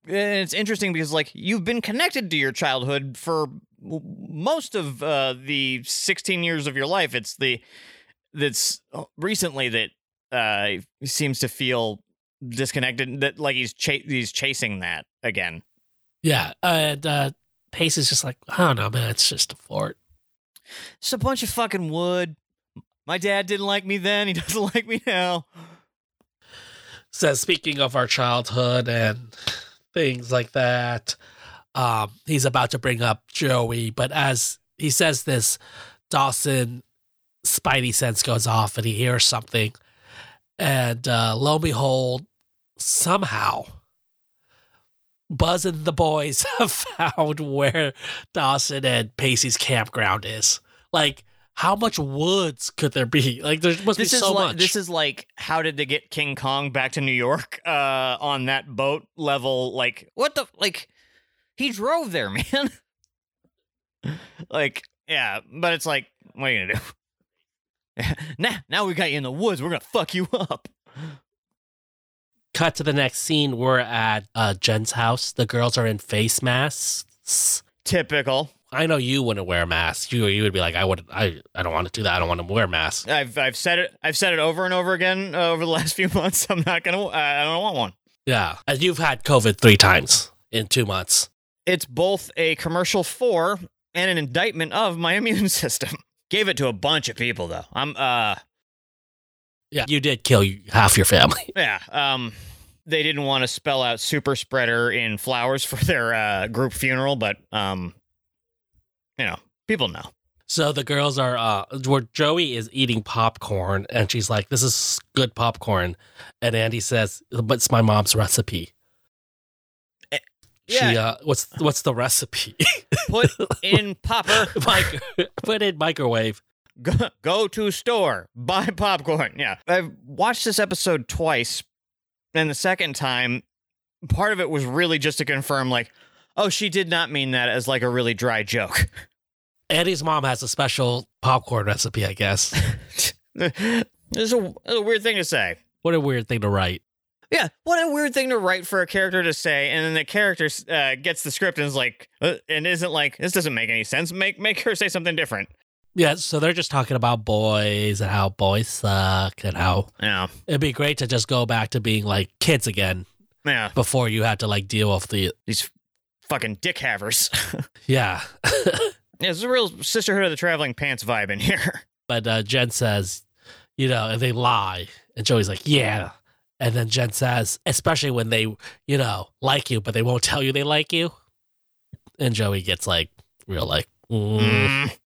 And it's interesting because like you've been connected to your childhood for w- most of uh, the 16 years of your life. It's the that's recently that uh, he seems to feel disconnected. That like he's cha- he's chasing that again. Yeah. And uh, Pace is just like, I don't know, man, it's just a fort. It's a bunch of fucking wood. My dad didn't like me then. He doesn't like me now. So speaking of our childhood and things like that, um, he's about to bring up Joey, but as he says this, Dawson Spidey sense goes off and he hears something. And uh, lo and behold, somehow Buzz and the boys have found where Dawson and Pacey's campground is. Like, how much woods could there be? Like, there must This be is so like much. this is like how did they get King Kong back to New York uh, on that boat level? Like what the like? He drove there, man. like yeah, but it's like what are you gonna do? now now we got you in the woods. We're gonna fuck you up. cut to the next scene we're at uh, jen's house the girls are in face masks Typical. i know you wouldn't wear a mask you you would be like i would i, I don't want to do that i don't want to wear a mask I've I've said it. I've said it over and over again uh, over the last few months. I'm not gonna. I I don't want one. yeah and you've had covid three times in two months it's both a commercial for and an indictment of my immune system. Gave it to a bunch of people though. I'm uh yeah you did kill y- half your family yeah, um they didn't want to spell out super spreader in flowers for their uh group funeral, but um you know, people know. so the girls are uh where joey is eating popcorn and she's like this is good popcorn and andy says but it's my mom's recipe Eh, she yeah. uh what's what's the recipe Put in popper, Mike, put in microwave go, go to store, buy popcorn. Yeah. I've watched this episode twice, and the second time, part of it was really just to confirm like, oh, she did not mean that as like a really dry joke. Eddie's mom has a special popcorn recipe, I guess. this is a, a weird thing to say. what a weird thing to write. Yeah, what a weird thing to write for a character to say, and then the character uh, gets the script and is like, uh, and isn't like, this doesn't make any sense. Make make her say something different. Yeah, so they're just talking about boys and how boys suck and how Yeah, it'd be great to just go back to being like kids again yeah, before you had to like deal with the these fucking dick havers. yeah. yeah, it's a real sisterhood of the traveling pants vibe in here. But uh, Jen says, you know, and they lie, and Joey's like, yeah. And then Jen says, especially when they, you know, like you, but they won't tell you they like you. And Joey gets like real like, mm. Mm.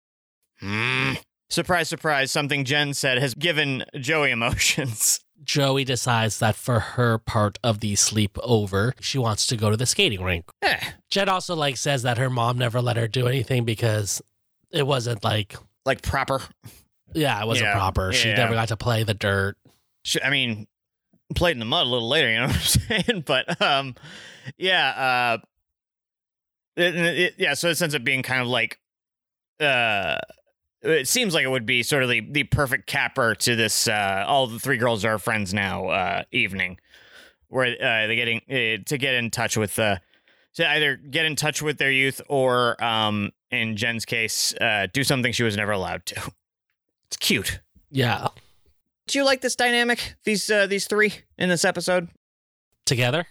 Mm. Surprise, surprise! Something Jen said has given Joey emotions. Joey decides that for her part of the sleepover, she wants to go to the skating rink. Eh. Jed also like says that her mom never let her do anything because it wasn't like Like proper. yeah, it wasn't Yeah. proper. She Yeah. never got to play the dirt. Sh- I mean, played in the mud a little later, you know what I'm saying? But um, yeah, uh, it, it- yeah. So it ends up being kind of like, uh, it seems like it would be sort of the the perfect capper to this. Uh, all the three girls are friends now. Uh, evening, where uh, they're getting uh, to get in touch with uh, to either get in touch with their youth or um, in Jen's case, uh, do something she was never allowed to. It's cute. Yeah. Do you like this dynamic? These uh, these three in this episode? Together?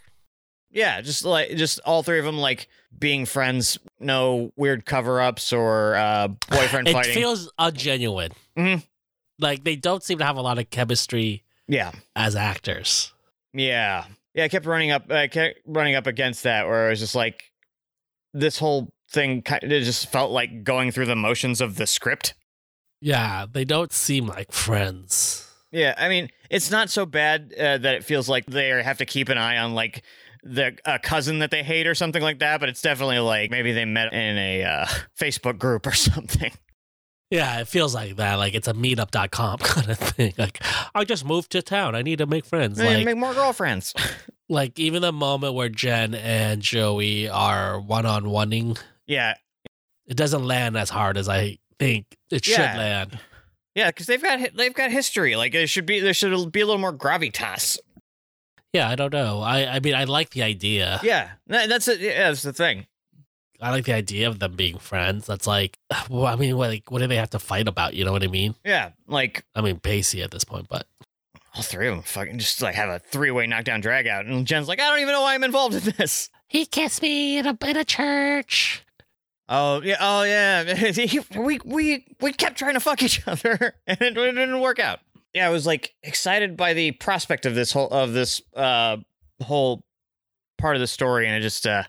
Yeah, just like just all three of them like being friends, no weird cover ups or uh, boyfriend It fighting. feels ungenuine. Mhm. Like they don't seem to have a lot of chemistry yeah, as actors. yeah, yeah. I kept running up, I kept running up against that where I was just like, this whole thing kind it just felt like going through the motions of the script. Yeah, they don't seem like friends. Yeah, I mean, it's not so bad uh, that it feels like they have to keep an eye on like the a cousin that they hate or something like that, but it's definitely like maybe they met in a uh, Facebook group or something. Yeah, it feels like that. Like it's a meetup.com kind of thing. Like, I just moved to town. I need to make friends. Maybe Like, make more girlfriends. like even the moment where Jen and Joey are one on oneing, yeah, it doesn't land as hard as I think it should Yeah. land. yeah, because they've got hi- they've got history. Like it should be there should be a little more gravitas. Yeah, I don't know. I, I mean, I like the idea. Yeah, that- that's it. Yeah, that's the thing. I like the idea of them being friends. That's like, well, I mean, what, like, what do they have to fight about? You know what I mean? Yeah, like I mean, Pacey at this point, but all three of them fucking just like have a three way knockdown drag out, and Jen's like, I don't even know why I'm involved in this. he kissed me in a in a church. Oh yeah, oh yeah. He- we we we kept trying to fuck each other, and it, it didn't work out. Yeah, I was like excited by the prospect of this whole of this uh whole part of the story, and it just uh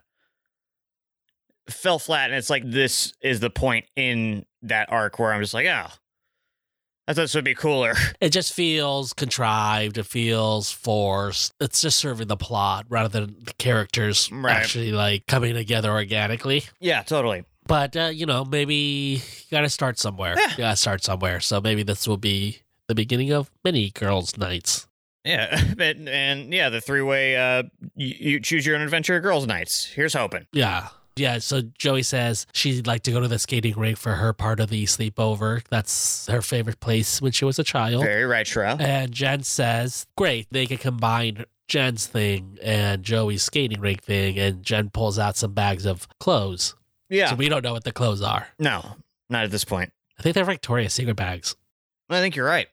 fell flat. And it's like this is the point in that arc where I'm just like, oh, I thought this would be cooler. It just feels contrived. It feels forced. It's just serving the plot rather than the characters Right. actually like coming together organically. yeah, totally. But uh, you know, maybe you gotta start somewhere. Yeah. You gotta start somewhere. So maybe this will be the beginning of many girls' nights. Yeah, and, and yeah, the three way uh you, you choose your own adventure girls' nights. Here's hoping. Yeah. Yeah, so Joey says she'd like to go to the skating rink for her part of the sleepover. That's her favorite place when she was a child. Very right, Shra. And Jen says, Great, they can combine Jen's thing and Joey's skating rink thing. And Jen pulls out some bags of clothes. Yeah. So we don't know what the clothes are. No, not at this point. I think they're Victoria's Secret bags. I think you're right.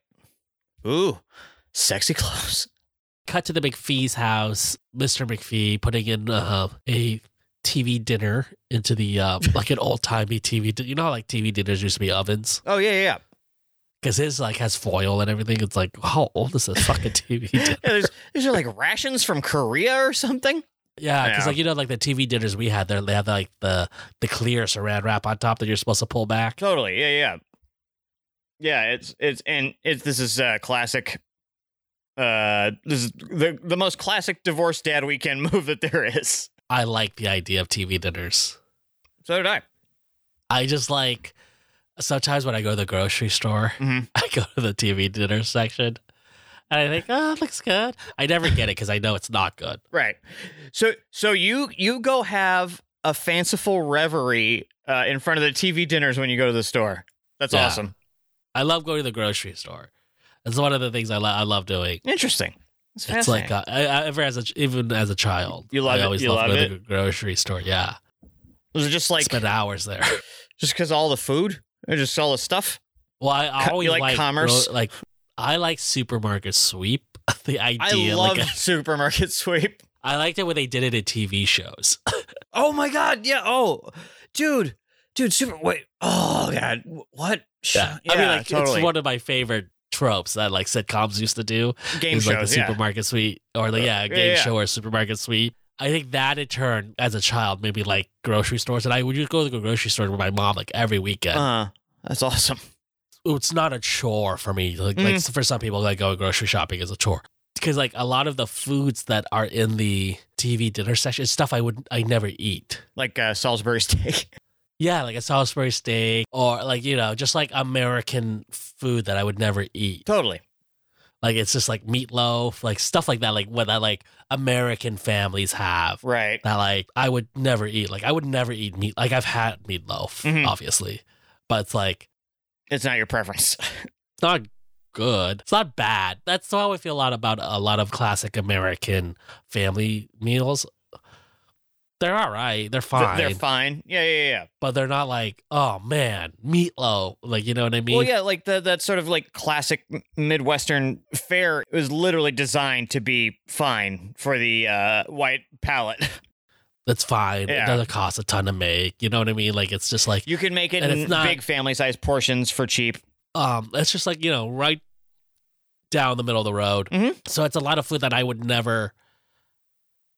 Ooh, sexy clothes. Cut to the McPhee's house, Mr. McPhee putting in uh, a TV dinner into the, uh, like an old timey TV. Di- you know how like TV dinners used to be ovens? Oh yeah, yeah. Because his like has foil and everything. It's like, how old is this fucking TV yeah dinner? there's, these are like rations from Korea or something. Yeah, because Yeah. like you know, like the TV dinners we had there, they had like the the clear saran wrap on top that you're supposed to pull back. Totally. Yeah, yeah. Yeah, it's it's and it's this is uh, classic. Uh, this is the the most classic divorced dad weekend move that there is. I like the idea of TV dinners. So did I. I just like sometimes when I go to the grocery store, Mhm. I go to the TV dinner section, and I think, oh, it looks good. I never get it because I know it's not good. Right. So so you you go have a fanciful reverie uh, in front of the TV dinners when you go to the store. That's Yeah. awesome. I love going to the grocery store. It's one of the things I lo- I love doing. Interesting. It's It's fascinating. like uh, I, I, ever as a, ch- even as a child, You love I it. always You loved love going it. to the grocery store. Yeah, was it just like spend hours there. Just because all the food or just all the stuff? Well, I I Co- always you like like commerce? gro- like I like supermarket sweep. The idea, I love like supermarket sweep. I liked it when they did it in TV shows. Oh my god, yeah. Oh, dude, dude, super. Wait. Oh god, what? Sh- I mean, like it's one of my favorite tropes that like sitcoms used to do. game is, shows. like the yeah. Uh, supermarket sweep or the yeah Yeah, a game yeah. show or supermarket sweep. I think that in turn, as a child, maybe like grocery stores, and I would just go to the grocery store with my mom like every weekend. Uh, that's awesome. it's not a chore for me. Like, like Mm. for some people, like going grocery shopping is a chore because like a lot of the foods that are in the TV dinner section is stuff I would I never eat. Like uh, Salisbury steak. Yeah, like a Salisbury steak or like you know just like American food that I would never eat. totally. Like it's just like meatloaf, like stuff like that, like what that like American families have Right. that like I would never eat. Like I would never eat meat. Like I've had meatloaf, Mhm. obviously, but it's like It's not your preference. it's not good. It's not bad. That's how I feel a lot about a lot of classic American family meals. They're all right. They're Th- fine. They're fine. Yeah, yeah, yeah. but they're not like, oh man, meatloaf. Like, you know what I mean? Well, yeah, like the, that sort of like classic m- Midwestern fare was literally designed to be fine for the uh, white palate. That's fine. Yeah. It doesn't cost a ton to make. You know what I mean? Like, it's just like, You can make it And in it's not- big family size portions for cheap. um, it's just like, you know, right down the middle of the road. Mhm. So it's a lot of food that I would never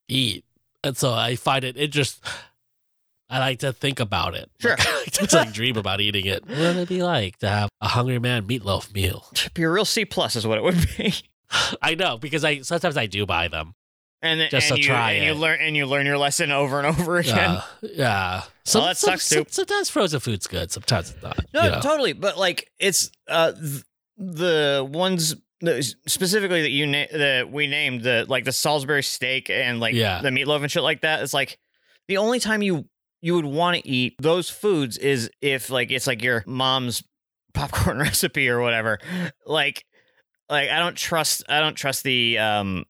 eat. And so I find it, it just, I like to think about it. Sure. Like, I like to like, dream about eating it. What would it be like to have a hungry man meatloaf meal? Be a real C plus is what it would be. I know because I sometimes I do buy them. And then- Just and to you, try and it. Ah, you learn and you learn your lesson over and over again. Yeah, Uh, yeah. Some- that some- sucks, some- too. sometimes frozen food's good. Sometimes it's not. No, you know. totally. But like, it's uh th- the ones the, specifically that you na- that we named the like the Salisbury steak and like Yeah. the meatloaf and shit like that. It's like the only time you you would want to eat those foods is if like it's like your mom's popcorn recipe or whatever. Like, like I don't trust I don't trust the um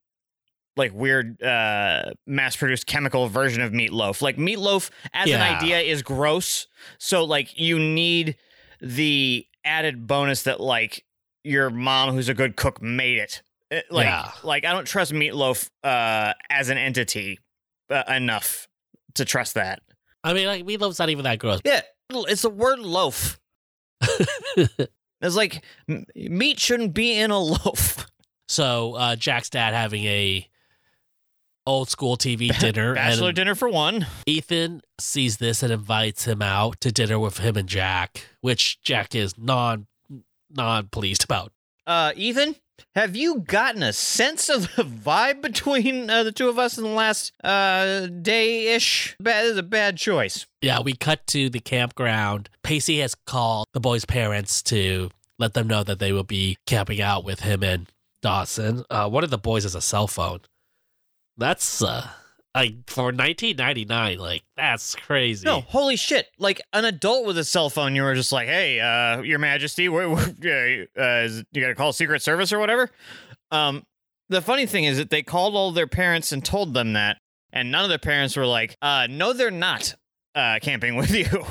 like weird uh mass produced chemical version of meatloaf. Like meatloaf as an Yeah. idea is gross. So like you need the added bonus that like your mom who's a good cook made it. It- Like Yeah. like I don't trust meatloaf uh as an entity uh, enough to trust that. I mean, like meatloaf's not even that gross. Yeah, it's the word loaf. It's like m- meat shouldn't be in a loaf. So uh, Jack's dad having a old school TV dinner, Bachelor and dinner for one. Ethan sees this and invites him out to dinner with him and Jack, which Jack is non non pleased about. Uh, Ethan, have you gotten a sense of the vibe between uh, the two of us in the last uh, day ish? That is a bad choice. Yeah, we cut to the campground. Pacey has called the boys' parents to let them know that they will be camping out with him and Dawson. Uh, one of the boys has a cell phone. That's uh, like for 1999, like that's crazy. No, holy shit! Like an adult with a cell phone, you were just like, "Hey, uh, Your Majesty, we we- uh, uh, is- you got to call Secret Service or whatever." Um, the funny thing is that they called all their parents and told them that, and none of their parents were like, uh, "No, they're not uh, camping with you."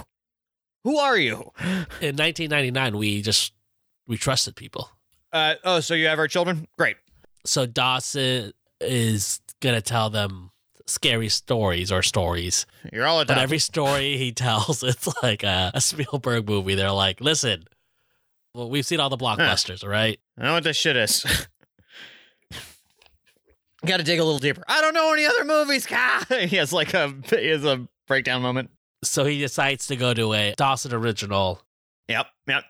Who are you? in 1999 we just we trusted people Uh, oh, so you have our children? Great. so dawson is gonna tell them scary stories or stories You're all but adopted. every story he tells it's like a, a spielberg movie they're like listen well we've seen all the blockbusters all right I know what this shit is. Got to dig a little deeper. I don't know any other movies. Ah! he has like a he has a breakdown moment. so he decides to go to a dawson original Yep, yep.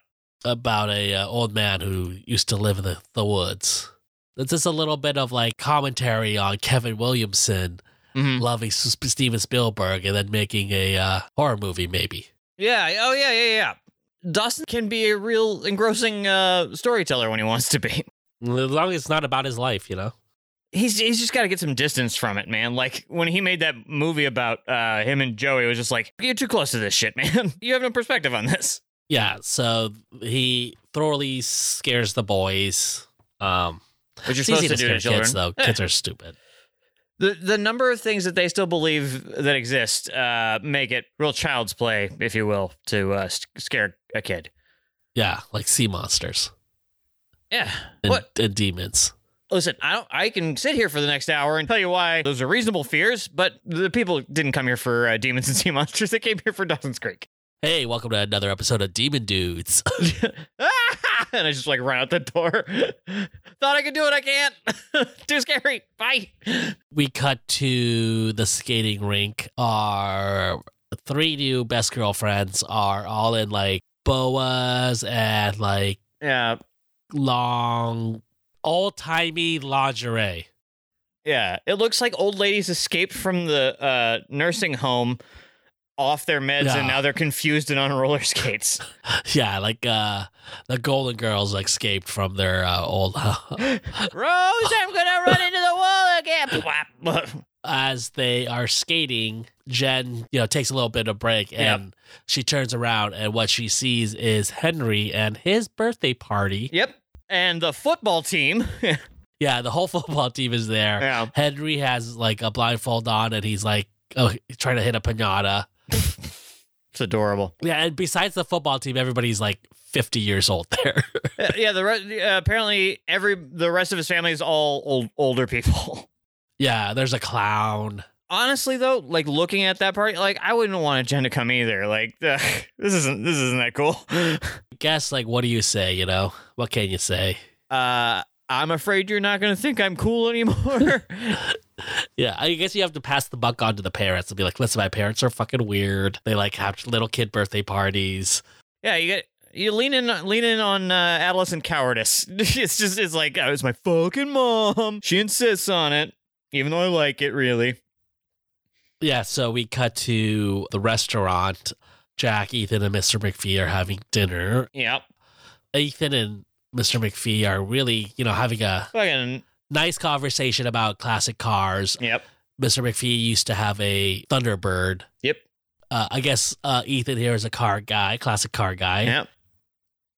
about a uh, old man who used to live in the, the woods it's just a little bit of like commentary on kevin williamson Mm-hmm. loving S- steven spielberg and then making a uh, horror movie maybe Yeah. Oh, yeah, yeah, yeah. Dawson can be a real engrossing uh, storyteller when he wants to be. As long as it's not about his life, you know? He's he's just got to get some distance from it, man. Like when he made that movie about uh, him and Joey, it was just like, you're too close to this shit, man. You have no perspective on this. Yeah, so he thoroughly scares the boys. Um, What you're it's supposed easy to, to do to scare children. kids, though. Yeah. Kids are stupid. The the number of things that they still believe that exist uh, make it real child's play, if you will, to uh, s- scare a kid. Yeah, like sea monsters Yeah. and, What? and demons. Listen, I don't. I can sit here for the next hour and tell you why those are reasonable fears, but the people didn't come here for uh, demons and sea monsters. They came here for Dawson's Creek. Hey, welcome to another episode of Demon Dudes. Ah! and I just like run out the door. Thought I could do it, I can't. Too scary. Bye. we cut to the skating rink. Our three new best girlfriends are all in like boas and like Yeah, long, old timey lingerie. yeah. It looks like old ladies escaped from the uh, nursing home off their meds, Yeah. and now they're confused and on roller skates. Yeah, like uh the Golden Girls escaped from their uh, old Rose, I'm gonna run into the wall again. Plop. as they are skating, Jen, you know, takes a little bit of break Yeah. and she turns around and what she sees is Henry and his birthday party. yep. And the football team. Yeah, the whole football team is there. yeah. Henry has like a blindfold on and he's like oh, trying to hit a pinata. It's adorable. Yeah, and besides the football team, everybody's like 50 years old there. yeah, the re- uh, apparently every the rest of his family is all old older people. yeah, there's a clown. Honestly, though, like looking at that party, like I wouldn't want a Jen to come either. Like ugh, this isn't this isn't that cool. Guess like what do you say, you know? What can you say? Uh, I'm afraid you're not gonna think I'm cool anymore. Yeah, I guess you have to pass the buck on to the parents and be like, listen, my parents are fucking weird. They like have little kid birthday parties. Yeah, you get you lean in lean in on uh, adolescent cowardice. it's just it's like oh, it's my fucking mom. She insists on it, even though I like it really. Yeah, so we cut to the restaurant. Jack, Ethan, and Mr. McPhee are having dinner. Yep, Ethan and Mr. McPhee are really, you know, having a fucking nice conversation about classic cars. yep, Mr. McPhee used to have a Thunderbird. Yep. Uh, I guess uh, Ethan here is a car guy, classic car guy. yep.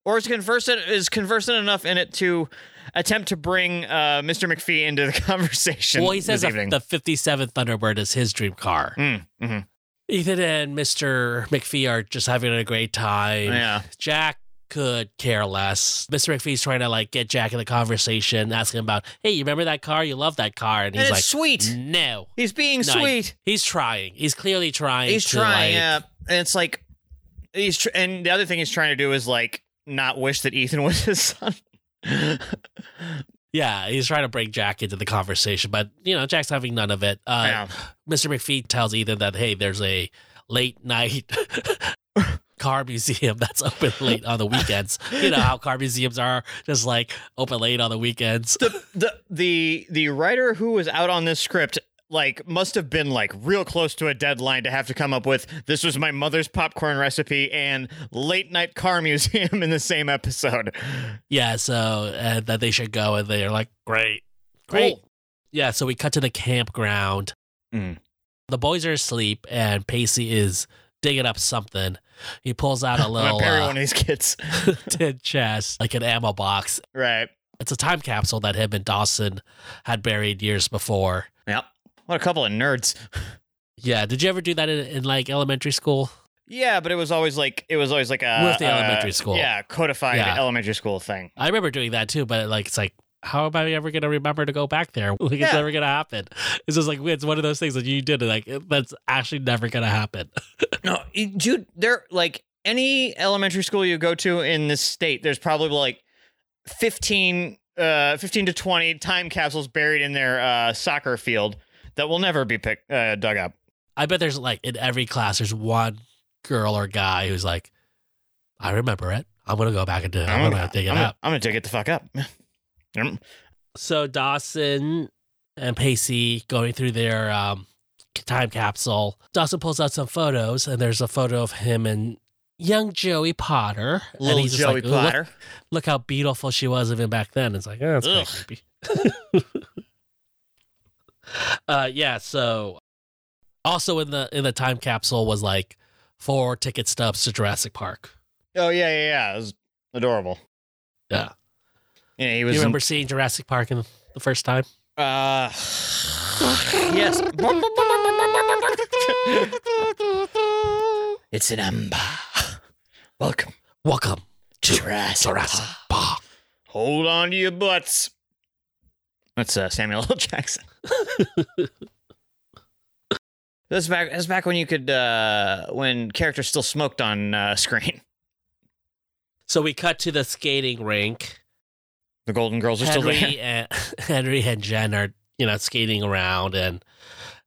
Or is conversant is conversant enough in it to attempt to bring uh, Mr. McPhee into the conversation. Well, he says this that evening. the 57 Thunderbird is his dream car. Mm, mhm. Ethan and Mr. McPhee are just having a great time. Yeah, Jack could care less. Mr. McPhee's trying to like get Jack in the conversation, asking about, hey, you remember that car? You love that car. And and he's it's like, sweet. no. He's being No, sweet. He's trying. He's clearly trying. he's to, trying like- uh, and it's like he's tr- and the other thing he's trying to do is like not wish that ethan was his son Uh, Yeah, he's trying to bring Jack into the conversation, but you know, Jack's having none of it. Uh, Yeah. Mr. McPhee tells Ethan that hey, there's a late night car museum that's open late on the weekends. You know how car museums are, just like open late on the weekends. the the the writer who was out on this script like must have been like real close to a deadline to have to come up with this was my mother's popcorn recipe and late night car museum in the same episode Yeah, so uh, that they should go, and they're like, great, great. Cool. Yeah, so we cut to the campground. Mm. The boys are asleep, and Pacey is digging up something. He pulls out a i'm little gonna bury uh, one of these kids tin chest, like an ammo box, right It's a time capsule that him and Dawson had buried years before. yep what a couple of nerds Yeah, did you ever do that in, in like elementary school? yeah but it was always like it was always like a With the uh, elementary school. yeah codified Yeah. elementary school thing I remember doing that too, but like it's like, how am I ever gonna remember to go back there? Like it's Yeah. never gonna happen. It's just like it's one of those things that you did and like that's actually never gonna happen. No, it- dude, there like any elementary school you go to in this state, there's probably like 15, uh, 15 to 20 time capsules buried in their uh, soccer field that will never be picked uh, dug up. I bet there's like in every class there's one girl or guy who's like, I remember it. I'm gonna go back and do it. I'm, gonna, dig it I'm up. gonna- I'm gonna dig it the fuck up. Mm, So Dawson and Pacey going through their um, time capsule. Dawson pulls out some photos, and there's a photo of him and young Joey Potter. and Little he's just Joey like, "Ooh, Look, Potter. look how beautiful she was even back then. It's like, oh, that's Ugh. pretty creepy. uh, yeah. So also in the in the time capsule was like four ticket stubs to Jurassic Park. Oh yeah, yeah, yeah. It was adorable. Yeah. Yeah, he Do was. you remember seeing Jurassic Park in the, the first time? Uh, yes. it's an amber. Welcome, Welcome to Jurassic. Jurassic Park. Park. Hold on to your butts. That's uh, Samuel L. Jackson. that's back. That's back when you could, uh, when characters still smoked on uh, screen. So we cut to the skating rink. The Golden Girls are Henry still there. and Henry and Jen are, you know, skating around and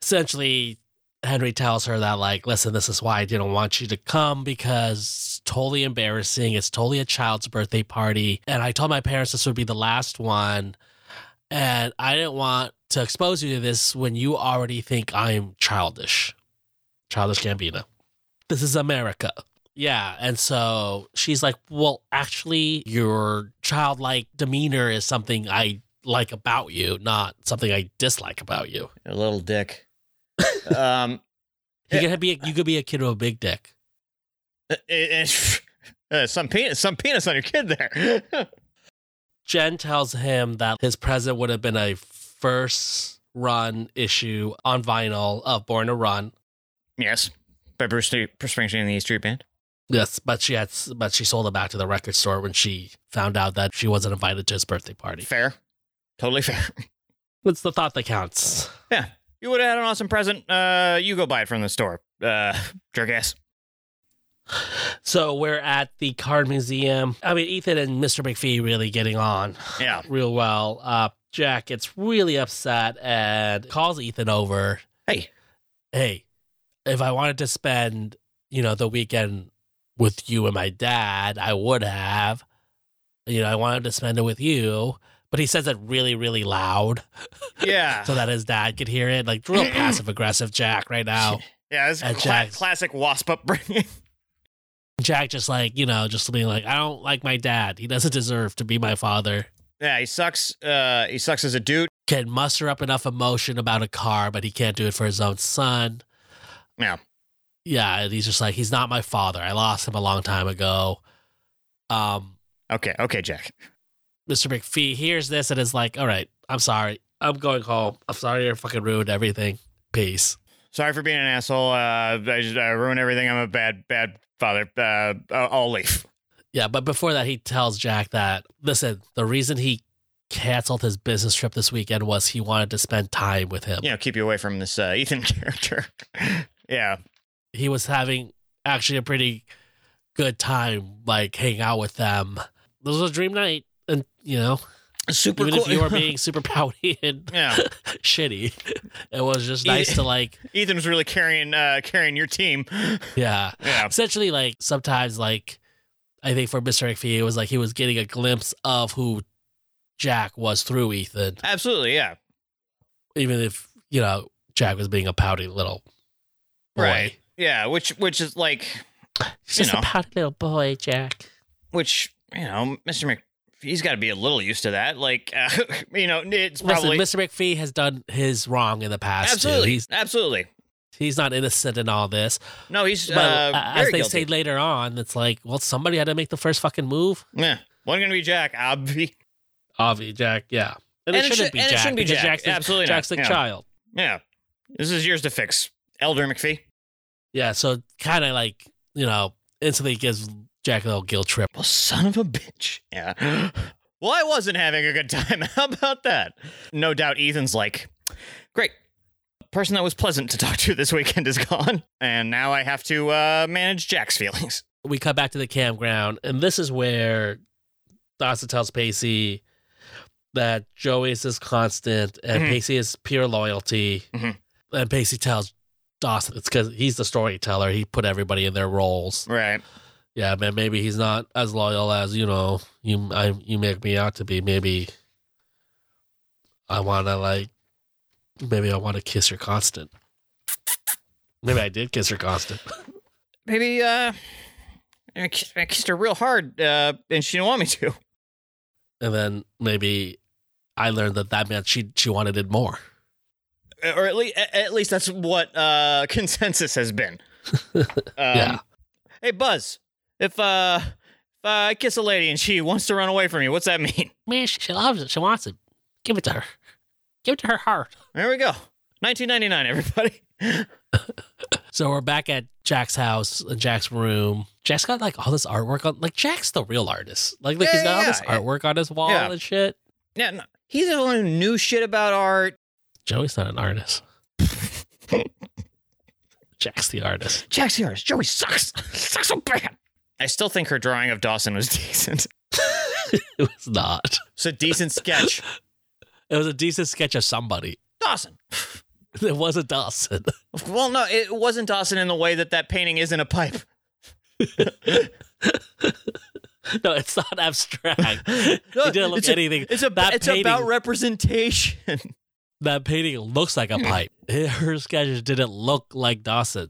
essentially Henry tells her that like, listen, this is why I didn't want you to come because it's totally embarrassing. It's totally a child's birthday party. And I told my parents this would be the last one. And I didn't want to expose you to this when you already think I'm childish. Childish Gambino. This is America. Yeah. And so she's like, Well, actually, your childlike demeanor is something I like about you, not something I dislike about you. A little dick. um, You could be a, you could be a kid with a big dick. it- it- uh, some penis, some penis on your kid there. Jen tells him that his present would have been a first run issue on vinyl of Born to Run. yes, by Bruce, Lee- Bruce Springsteen and the E Street Band. Yes, but she had, but she sold it back to the record store when she found out that she wasn't invited to his birthday party. Fair, totally fair. It's the thought that counts. You would have had an awesome present. Uh, you go buy it from the store. Uh, jerk ass. So we're at the card museum. I mean, Ethan and Mr. McPhee really getting on Yeah. real well. Uh, Jack gets really upset and calls Ethan over. Hey. Hey, if I wanted to spend, you know, the weekend with you and my dad, I would have. You know, I wanted to spend it with you. But he says it really, really loud Yeah. so that his dad could hear it. Like real passive aggressive Jack right now. yeah, it's Uh, cla- Jack. classic wasp upbringing. Jack just like, you know, just being like, I don't like my dad. He doesn't deserve to be my father. yeah, he sucks. Uh, he sucks as a dude. Can muster up enough emotion about a car, but he can't do it for his own son. Yeah. Yeah, and he's just like, he's not my father. I lost him a long time ago. Um, Okay, okay, Jack. Mr. McPhee hears this and is like, all right, I'm sorry. I'm going home. I'm sorry I fucking ruined everything. Peace. Sorry for being an asshole. Uh, I just I ruined everything. I'm a bad, bad father. Uh, I'll, I'll leave. Yeah, but before that, he tells Jack that, listen, the reason he canceled his business trip this weekend was he wanted to spend time with him. You know, keep you away from this uh, Ethan character. yeah, he was having actually a pretty good time, like hanging out with them. This was a dream night, and you know, super even if you were being super pouty and yeah, shitty, it was just nice to like, Ethan was really carrying uh, carrying your team. yeah. Yeah, Essentially, like sometimes, like I think for Mister McPhee, it was like he was getting a glimpse of who Jack was through Ethan, absolutely. Yeah, even if you know Jack was being a pouty little boy. Right. yeah. Which which is like He's You just know. a pouty little boy, Jack. which you know, Mr. Mc, he's got to be a little used to that. Like uh, you know, it's probably Listen, Mr. McPhee has done his wrong in the past. too. absolutely, He's absolutely. he's not innocent in all this. No, he's But uh, uh, very as they guilty. say later on, it's like, well, somebody had to make the first fucking move. yeah. One gonna be Jack. Obvi. Obvi, Jack, yeah. And And, it it shouldn't should- be and it Jack. shouldn't be because Jack. Jack's the- Absolutely not. Jack's the Yeah. child. Yeah, this is yours to fix, Elder McPhee. Yeah, so kind of like, you know, instantly gives Jack a little guilt trip. Well, son of a bitch. Yeah. Well, I wasn't having a good time. How about that? No doubt Ethan's like, great. Person that was pleasant to talk to this weekend is gone. And now I have to uh, manage Jack's feelings. We cut back to the campground, and this is where Dawson tells Pacey that Joey is his constant and Mhm. Pacey is pure loyalty. Mhm. And Pacey tells Dawson it's because he's the storyteller. He put everybody in their roles. Right. yeah, man, maybe he's not as loyal as you know you I you make me out to be. Maybe I want to like, maybe I want to kiss her constant. Maybe I did kiss her constant. Maybe uh, I kissed, I kissed her real hard uh, and she didn't want me to. And then maybe I learned that that meant she she wanted it more. Uh, Or at least, at least that's what uh, consensus has been. Um, yeah, Hey, Buzz, if, uh, if I kiss a lady and she wants to run away from me, what's that mean? man, she, she loves it. She wants it. Give it to her. Give it to her heart. There we go. 1999, everybody. So we're back at Jack's house in Jack's room. Jack's got like all this artwork on. Like Jack's the real artist. Like, like Yeah, he's got all yeah, this yeah. artwork on his wall Yeah. and shit. Yeah, no, he's the one who knew shit about art. Joey's not an artist. Jack's the artist. Jack's the artist. Joey sucks. sucks so bad. I still think her drawing of Dawson was decent. It was not. It's a decent sketch. It was a decent sketch of somebody. Dawson. It was a Dawson. Well, no, it wasn't Dawson in the way that that painting is in a pipe. No, it's not abstract. It didn't look it's a- anything. It's, a, That it's painting- about representation. that painting looks like a pipe. Her sketches didn't look like Dawson.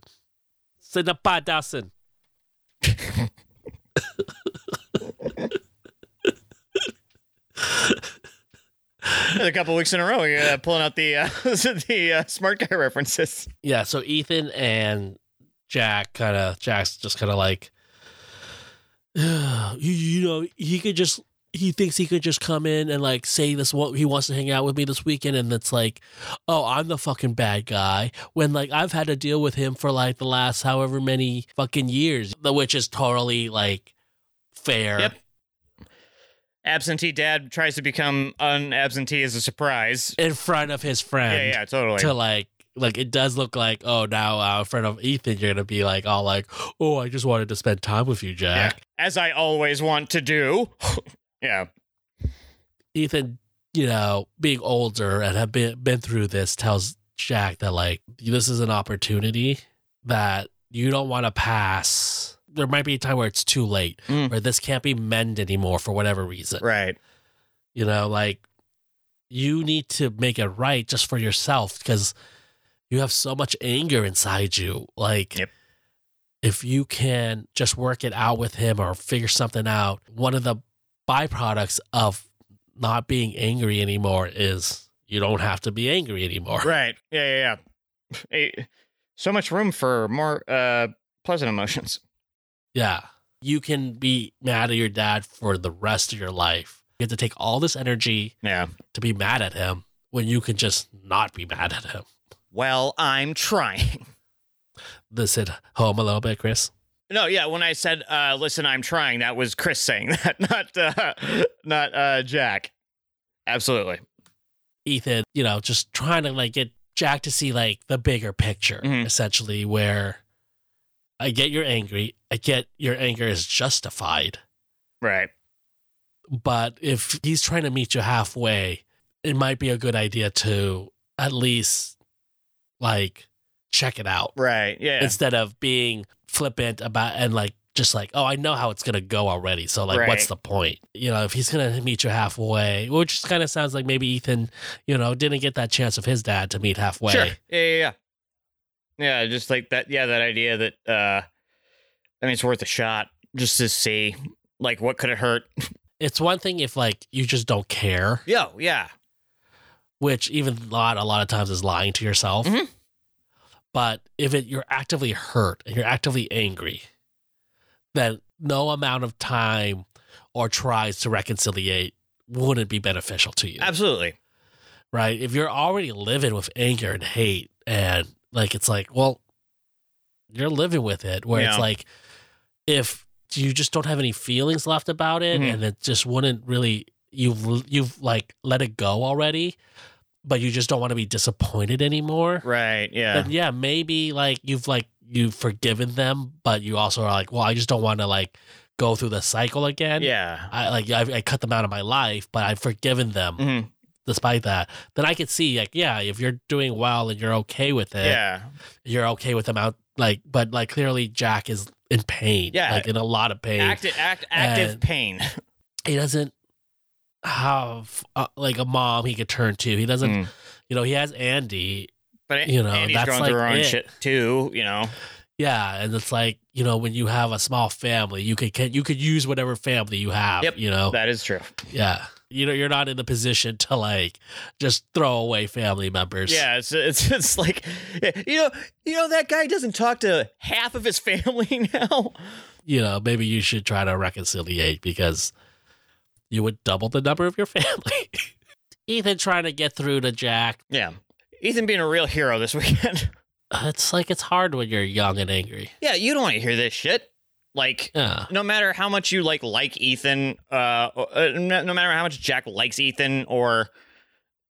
It's in a pot, Dawson. a couple weeks in a row, we're uh, pulling out the uh, the uh, smart guy references. Yeah, so Ethan and Jack kind of Jack's just kind of like you, you know, he could just he thinks he could just come in and like say this what he wants to hang out with me this weekend and it's like, "Oh, I'm the fucking bad guy." When like I've had to deal with him for like the last however many fucking years, the which is totally like fair. Yep. Absentee dad tries to become unabsentee as a surprise. In front of his friend yeah, yeah, totally. to like like it does look like oh now uh, in front of Ethan you're gonna be like all like oh I just wanted to spend time with you Yeah. Jack. As I always want to do. yeah. Ethan, you know, being older and have been been through this tells Jack that like this is an opportunity that you don't want to pass. There might be a time where it's too late, Mm. where this can't be mended anymore for whatever reason. Right. You know, like you need to make it right just for yourself because you have so much anger inside you. Like, Yep. if you can just work it out with him or figure something out, one of the byproducts of not being angry anymore is you don't have to be angry anymore. Right. Yeah, yeah, yeah. Eh, so much room for more uh pleasant emotions. Yeah. You can be mad at your dad for the rest of your life. You have to take all this energy Yeah. to be mad at him when you can just not be mad at him. Well, I'm trying. This hit home a little bit, Chris. No, yeah, when I said uh listen, I'm trying, that was Chris saying that, not uh not uh Jack. Absolutely. Ethan, you know, just trying to like get Jack to see like the bigger picture, Mhm. essentially, where I get you're angry. I get your anger is justified. Right. But if he's trying to meet you halfway, it might be a good idea to at least like check it out Right. Yeah. instead of being flippant about and like just like, oh, I know how it's gonna go already. So like, Right. what's the point? You know, if he's gonna meet you halfway, which just kind of sounds like maybe Ethan, you know, didn't get that chance of his dad to meet halfway. Sure. Yeah, yeah, yeah. Yeah, just like that. Yeah, that idea that uh, I mean, it's worth a shot just to see like what could it hurt. It's one thing if like you just don't care, Yo, yeah, which even a lot a lot of times is lying to yourself. Mhm. But if it you're actively hurt and you're actively angry, then no amount of time or tries to reconciliate wouldn't be beneficial to you. absolutely. right? If you're already living with anger and hate, and like it's like, well, you're living with it, where Yeah. it's like, if you just don't have any feelings left about it, Mhm. and it just wouldn't really, you've you've like let it go already, but you just don't want to be disappointed anymore. Right. Yeah. Then yeah, maybe like you've like you've forgiven them, but you also are like, well, I just don't want to like go through the cycle again. yeah. I like I, I cut them out of my life, but I've forgiven them hmm despite that, then I could see like, yeah, if you're doing well and you're okay with it, Yeah. you're okay with them out like but like clearly Jack is in pain. Yeah. Like in a lot of pain. Active, act, active And- pain. he doesn't have uh, like a mom he could turn to. He doesn't Mm. you know, he has Andy. But you know, Andy's that's going like through her own it. shit too. You know. Yeah, and it's like, you know, when you have a small family, you could can, you could use whatever family you have, Yep. you know. That is true. yeah. You know, you're not in the position to like just throw away family members. Yeah, it's it's it's like you know you know that guy doesn't talk to half of his family now. you know, maybe you should try to reconciliate because you would double the number of your family. Ethan trying to get through to Jack. Yeah, Ethan being a real hero this weekend. uh, It's like it's hard when you're young and angry. yeah, you don't want to hear this shit. Like Yeah. no matter how much you like like Ethan, uh, uh, no no matter how much Jack likes Ethan, or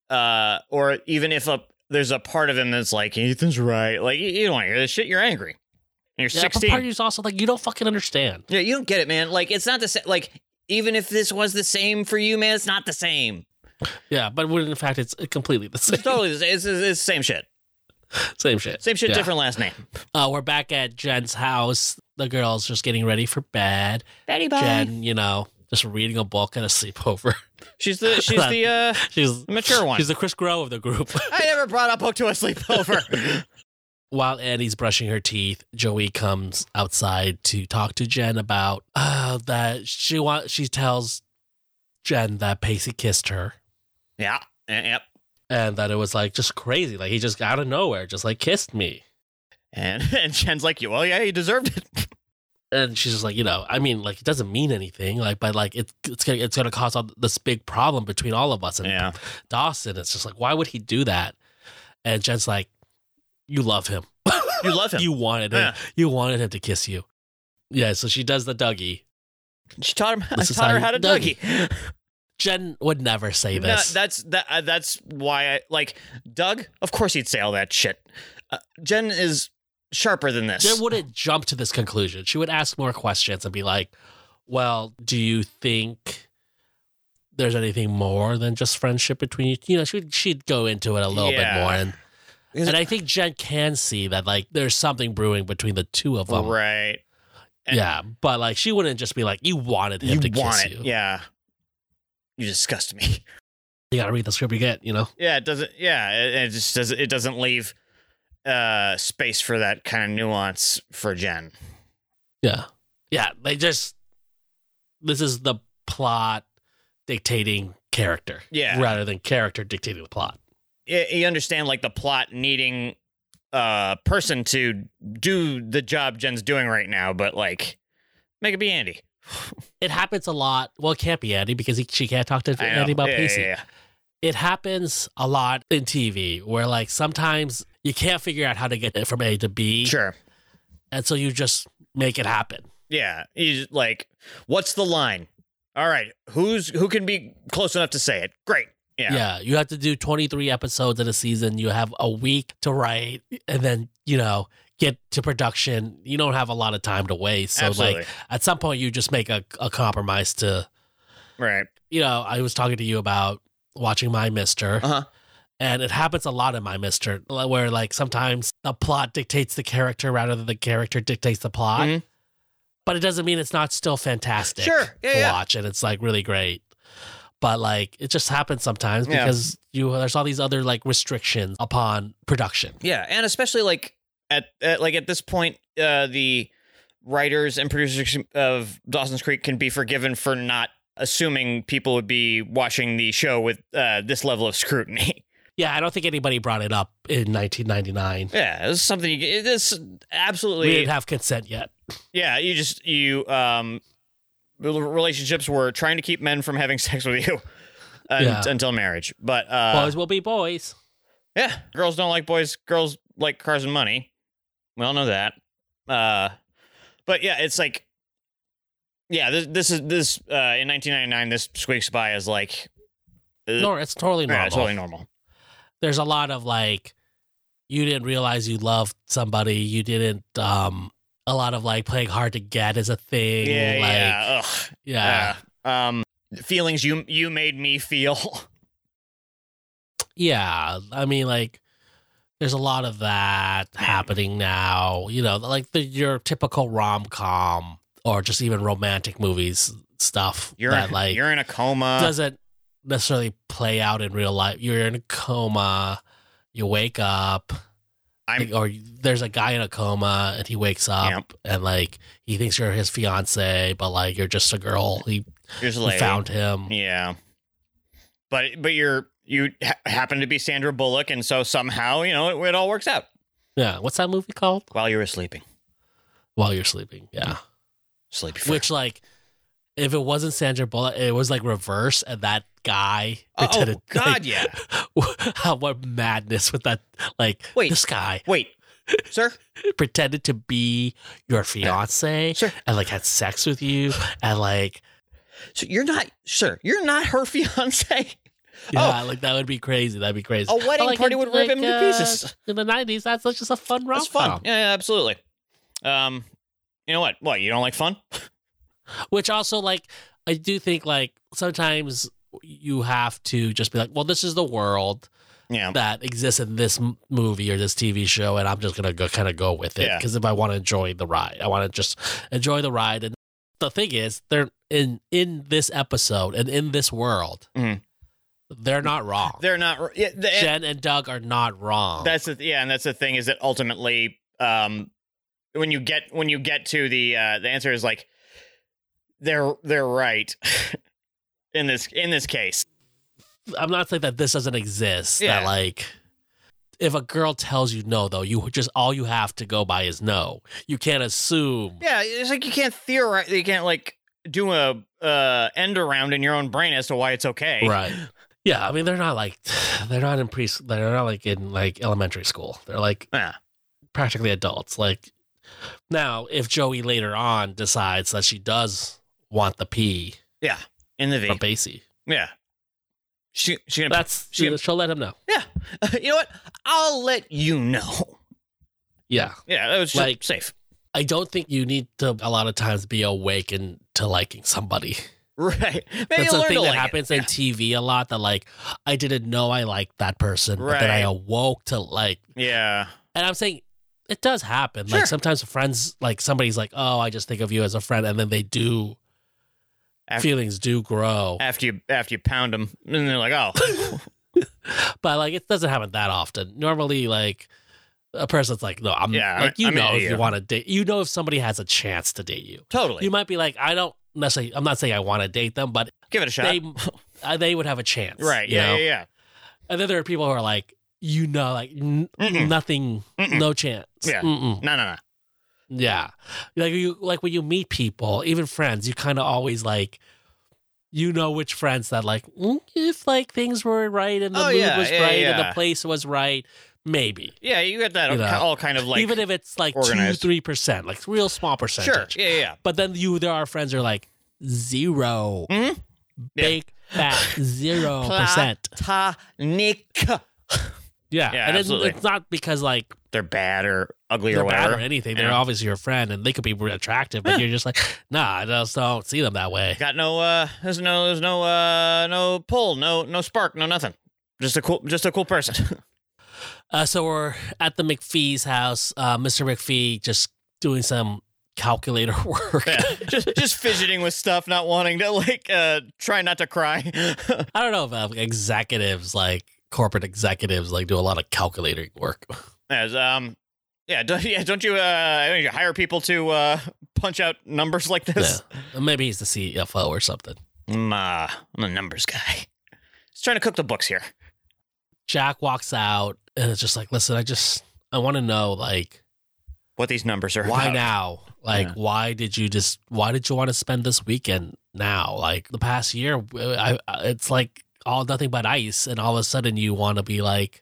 uh, or even if a there's a part of him that's like Ethan's right, like you, you don't want to hear this shit. You're angry. And you're Yeah, but 16. part of you's also like you don't fucking understand. yeah, you don't get it, man. Like it's not the same. Like even if this was the same for you, man, it's not the same. Yeah, but when in fact it's completely the same, It's totally the same. It's, it's, it's the same shit. same shit. Same shit, Yeah. different last name. Uh, we're back at Jen's house. The girl's just getting ready for bed. Betty Bye. Jen, you know, just reading a book and a sleepover. She's the she's the uh. She's The mature one. She's the Chris Grow of the group. I never brought a book to a sleepover. While Annie's brushing her teeth, Joey comes outside to talk to Jen about uh, that she wants. She tells Jen that Pacey kissed her yeah. Yep. and that it was like just crazy. Like he just out of nowhere, just like kissed me. And and Jen's like, well, yeah, you deserved it. And she's just like, you know, I mean, like it doesn't mean anything. Like, but like it, it's gonna, it's gonna cause all this big problem between all of us and Yeah. Dawson. It's just like, why would he do that? And Jen's like, you love him. You love him. You wanted him. Yeah. You wanted him to kiss you. Yeah. So she does the Dougie. she taught him. I This is taught her how how to you dougie. dougie. Jen would never say No, this. that's that. Uh, that's why I like Doug. Of course, he'd say all that shit. Uh, Jen is sharper than this. Jen wouldn't jump to this conclusion. She would ask more questions and be like, "Well, do you think there's anything more than just friendship between you?" You know, she'd she'd go into it a little Yeah. bit more, and Is- and I think Jen can see that like there's something brewing between the two of them. right? And yeah, but like she wouldn't just be like, "You wanted him you to want kiss it. you." Yeah, you disgust me. You gotta read the script you get. You know, Yeah, it doesn't. Yeah, it, it just does. It doesn't leave uh space for that kind of nuance for Jen. yeah, yeah. They just this is the plot dictating character, Yeah. rather than character dictating the plot. Y- You understand like the plot needing a person to do the job Jen's doing right now, but like make it be Andy. it happens a lot. Well, it can't be Andy because he, she can't talk to I know. Andy about yeah, PC. yeah, yeah. It happens a lot in TV where, like, sometimes you can't figure out how to get it from A to B. Sure. And so you just make it happen. Yeah. He's like, what's the line? All right. Who's who can be close enough to say it? Great. Yeah. You have to do 23 episodes in a season. You have a week to write and then, you know, get to production. You don't have a lot of time to waste. So, Absolutely. like, at some point, you just make a, a compromise to, right. you know, I was talking to you about watching My Mister. Uh huh. And it happens a lot in my Mister, where like sometimes the plot dictates the character rather than the character dictates the plot. Mhm. But it doesn't mean it's not still fantastic Sure. Yeah, to yeah. watch, and it's like really great. But like it just happens sometimes Yeah. because you there's all these other like restrictions upon production. Yeah, and especially like at, at like at this point, uh, the writers and producers of Dawson's Creek can be forgiven for not assuming people would be watching the show with uh, this level of scrutiny. Yeah, I don't think anybody brought it up in 1999. yeah, this is something you get. This We absolutely. didn't have consent yet. yeah, you just you um, relationships were trying to keep men from having sex with you. un- Yeah. Until marriage, but uh, boys will be boys. Yeah, girls don't like boys. Girls like cars and money. We all know that. Uh, but yeah, it's like, yeah, this this is this uh, in 1999. This squeaks by as like, uh, No, it's totally normal. yeah, it's totally normal. there's a lot of like you didn't realize you loved somebody you didn't um a lot of like playing hard to get is a thing Yeah, like yeah yeah, ugh, yeah, yeah. Um, feelings you you made me feel. i mean like there's a lot of that happening now you know like the, your typical rom-com or just even romantic movies stuff You're that like you're in uh, a coma. doesn't necessarily play out in real life you're in a coma you wake up I'm Like, or there's a guy in a coma and he wakes up Yep. and like he thinks you're his fiance, but like you're just a girl. He, here's a he lady. found him. Yeah, but but you're you ha- happen to be Sandra Bullock, and so somehow you know it, it all works out Yeah. What's that movie called? while you were sleeping. While you're sleeping. Yeah. Sleepy. Fur. Which like, if it wasn't Sandra Bullock, it was like reverse, and that guy Oh, pretended. God, yeah. yeah. how what madness with that? Like Wait. this guy Wait, sir. pretended to be your fiance Sure. and like had sex with you and like So you're not, sir. You're not her fiance. Oh. Yeah, like that would be crazy. That'd be crazy. A wedding But, like, party in- would rip him to uh, pieces. in the nineties, that's that's just a fun rom That's fun. Yeah, yeah, absolutely. Um, you know what? What you don't like fun? Which also, like, I do think like sometimes you have to just be like, well, this is the world Yeah, that exists in this m- movie or this TV show, and I'm just gonna go kind of go with it Yeah. because if I want to enjoy the ride, I want to just enjoy the ride. And the thing is, they're in in this episode and in this world, Mhm. they're not wrong. they're eh, not. Yeah, the- Jen and Doug are not wrong. that's the yeah, and that's the thing is that ultimately, um, when you get when you get to the uh, the answer is like they're they're right in this in this case. I'm not saying that this doesn't exist. That Yeah. like, if a girl tells you no, though, you just all you have to go by is no. You can't assume. Yeah, it's like you can't theorize. You can't like do a uh end around in your own brain as to why it's okay. Right. Yeah, I mean they're not like they're not in pre they're not like in like elementary school. They're like Yeah. practically adults. Like now, if Joey later on decides that she does want the P Yeah. In the V. from Basie, Yeah. She she gonna That's she- she'll let him know. yeah. you know what? I'll let you know. Yeah. Yeah, that was just Like- safe. I don't think you need to a lot of times be awakened to liking somebody. Right. Maybe That's you'll a learn thing to that like it. happens in TV a lot that like I didn't know I liked that person, but then I Right. awoke to like Yeah. and I'm saying it does happen. Like Sure. sometimes friends like somebody's like, Oh, I just think of you as a friend and then they do Af- feelings do grow. After you after you pound them, and they're like, oh, but like it doesn't happen that often. Normally like a person's like, No, I'm Yeah, like you I'm know into if you you. want to date you know if somebody has a chance to date you. totally. You might be like, I don't necessarily I'm not saying I want to date them, but Give it a shot. they uh, they would have a chance, right. you Yeah, know? yeah. Yeah. And then there are people who are like, you know, like n- Mm-mm. nothing, Mm-mm. no chance. Yeah. Mm-mm. No, no, no. yeah. Like you, like when you meet people, even friends, you kind of always like, you know, which friends that like, mm, if like things were right and the Oh, mood yeah, was yeah, right and yeah. the place was right, maybe. Yeah, you get that You know. all kind of like. even if it's like organized. two, three percent, like real small percentage. sure. Yeah, yeah, yeah. But then you, there are friends who are like 0 Mhm. Yeah. big fat zero percent. Platonic. Yeah, Yeah, and it's, absolutely. it's not because like They're bad or ugly they're or bad whatever. or anything. They're Yeah. obviously your friend, and they could be re- attractive, but Yeah. you're just like, nah, I just don't see them that way. Got no. uh There's no. There's no. uh No pull. No. No spark. No nothing. Just a cool. Just a cool person. Uh, so we're at the McPhee's house. Uh, Mr. McPhee just doing some calculator work. yeah. Just just fidgeting with stuff, not wanting to like. uh Try not to cry. I don't know if uh, executives like corporate executives like do a lot of calculating work. As um. Yeah, don't, yeah, don't you uh don't you hire people to uh punch out numbers like this? Yeah. Maybe he's the CFO or something. I'm, uh, I'm a numbers guy. Just trying to cook the books here. Jack walks out and it's just like, listen, I just I want to know like What these numbers are why about. now like Yeah. why did you just why did you want to spend this weekend now like the past year uh, I, I- it's like all nothing but ice and all of a sudden you want to be like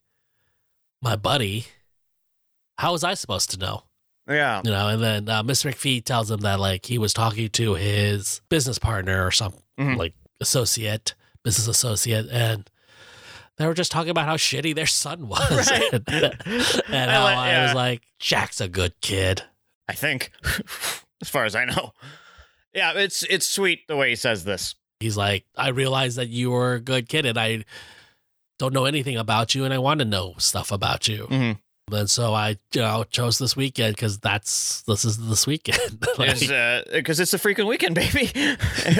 my buddy how was i supposed to know Yeah. you know and then uh, mr mcphee tells him that like he was talking to his business partner or some Mhm. like associate business associate and they were just talking about how shitty their son was Right. and, I how like- i yeah. was like jack's a good kid I think, as far as I know. Yeah, it's it's sweet the way he says this. He's like, I realized that you were a good kid and I don't know anything about you and I want to know stuff about you. Mhm. And so I you know, chose this weekend because that's this is this weekend. Like, Because uh, it's a freaking weekend, baby.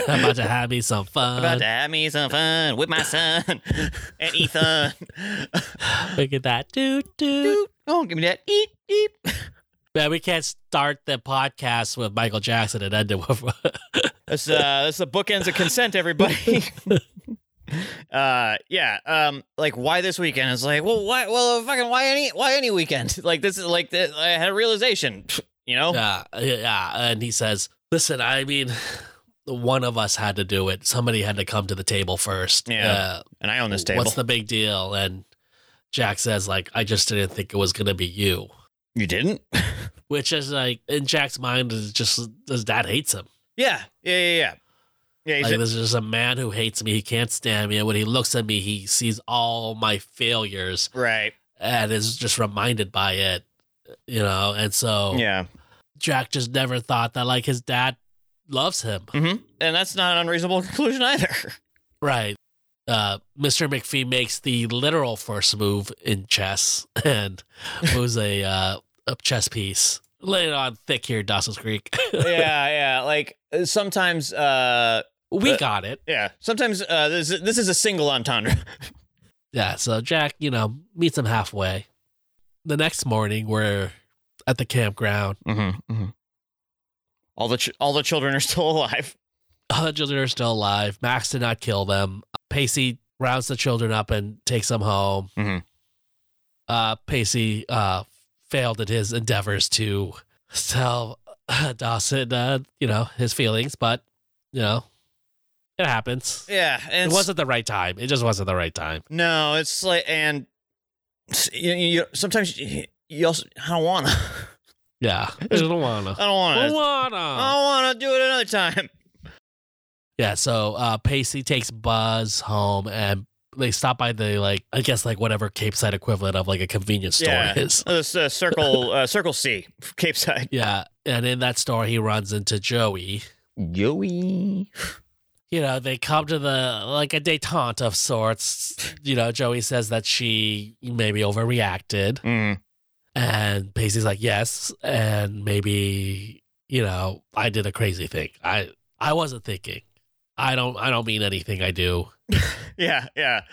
I'm about to have me some fun. About to have me some fun with my son and Ethan. Look at that. Dude, dude. Doot. oh, give me that. Eep, eep. Man, we can't start the podcast with Michael Jackson and end it with. That's uh, that's the bookends of consent, everybody. uh, yeah. Um, like why this weekend? It's like, well, why? Well, fucking why any? Why any weekend? Like this is like the, I had a realization. You know? yeah, uh, yeah. And he says, Listen, I mean, one of us had to do it. Somebody had to come to the table first. Yeah. Uh, And I own this table. What's the big deal? And Jack says, like, I just didn't think it was gonna be you. you didn't? Which is like in Jack's mind is just his dad hates him. Yeah, yeah, yeah, yeah. Yeah, he's Like this is just a man who hates me. He can't stand me. And when he looks at me, he sees all my failures right. and is just reminded by it. You know, and so Yeah, Jack just never thought that like his dad loves him. hmm and that's not an unreasonable conclusion either. Right. Uh, Mr. McPhee makes the literal first move in chess and moves a, uh, a chess piece. Lay it on thick here, Dawson's Creek. yeah, yeah. Like uh, sometimes, uh, we got it. yeah, sometimes uh, this this is a single entendre. Yeah. So Jack, you know, meets him halfway. The next morning, we're at the campground. Mm-hmm, All the ch- all the children are still alive. All the children are still alive. Max did not kill them. Pacey rounds the children up and takes them home. Mhm. Uh, Pacey uh, failed at his endeavors to tell uh, Dawson, uh, you know, his feelings, but you know, it happens. Yeah, It and it's- wasn't the right time. It just wasn't the right time. no, it's like and s- you, you sometimes you, you also I don't wanna, Yeah, I don't wanna. I don't wanna, wanna. I don't wanna do it another time. Yeah, so uh, Pacey takes Buzz home and they stop by the, like, I guess, like whatever Cape Side equivalent of like a convenience store Yeah. is. Oh, This uh, circle, uh, circle C, Cape Side. Yeah. And in that store, he runs into Joey. Yoey. You know, they come to the, like, a detente of sorts. You know, Joey says that she maybe overreacted. Mm. And Pacey's like, yes. And maybe, you know, I did a crazy thing. I, I wasn't thinking. I don't, I don't mean anything I do. Yeah, yeah.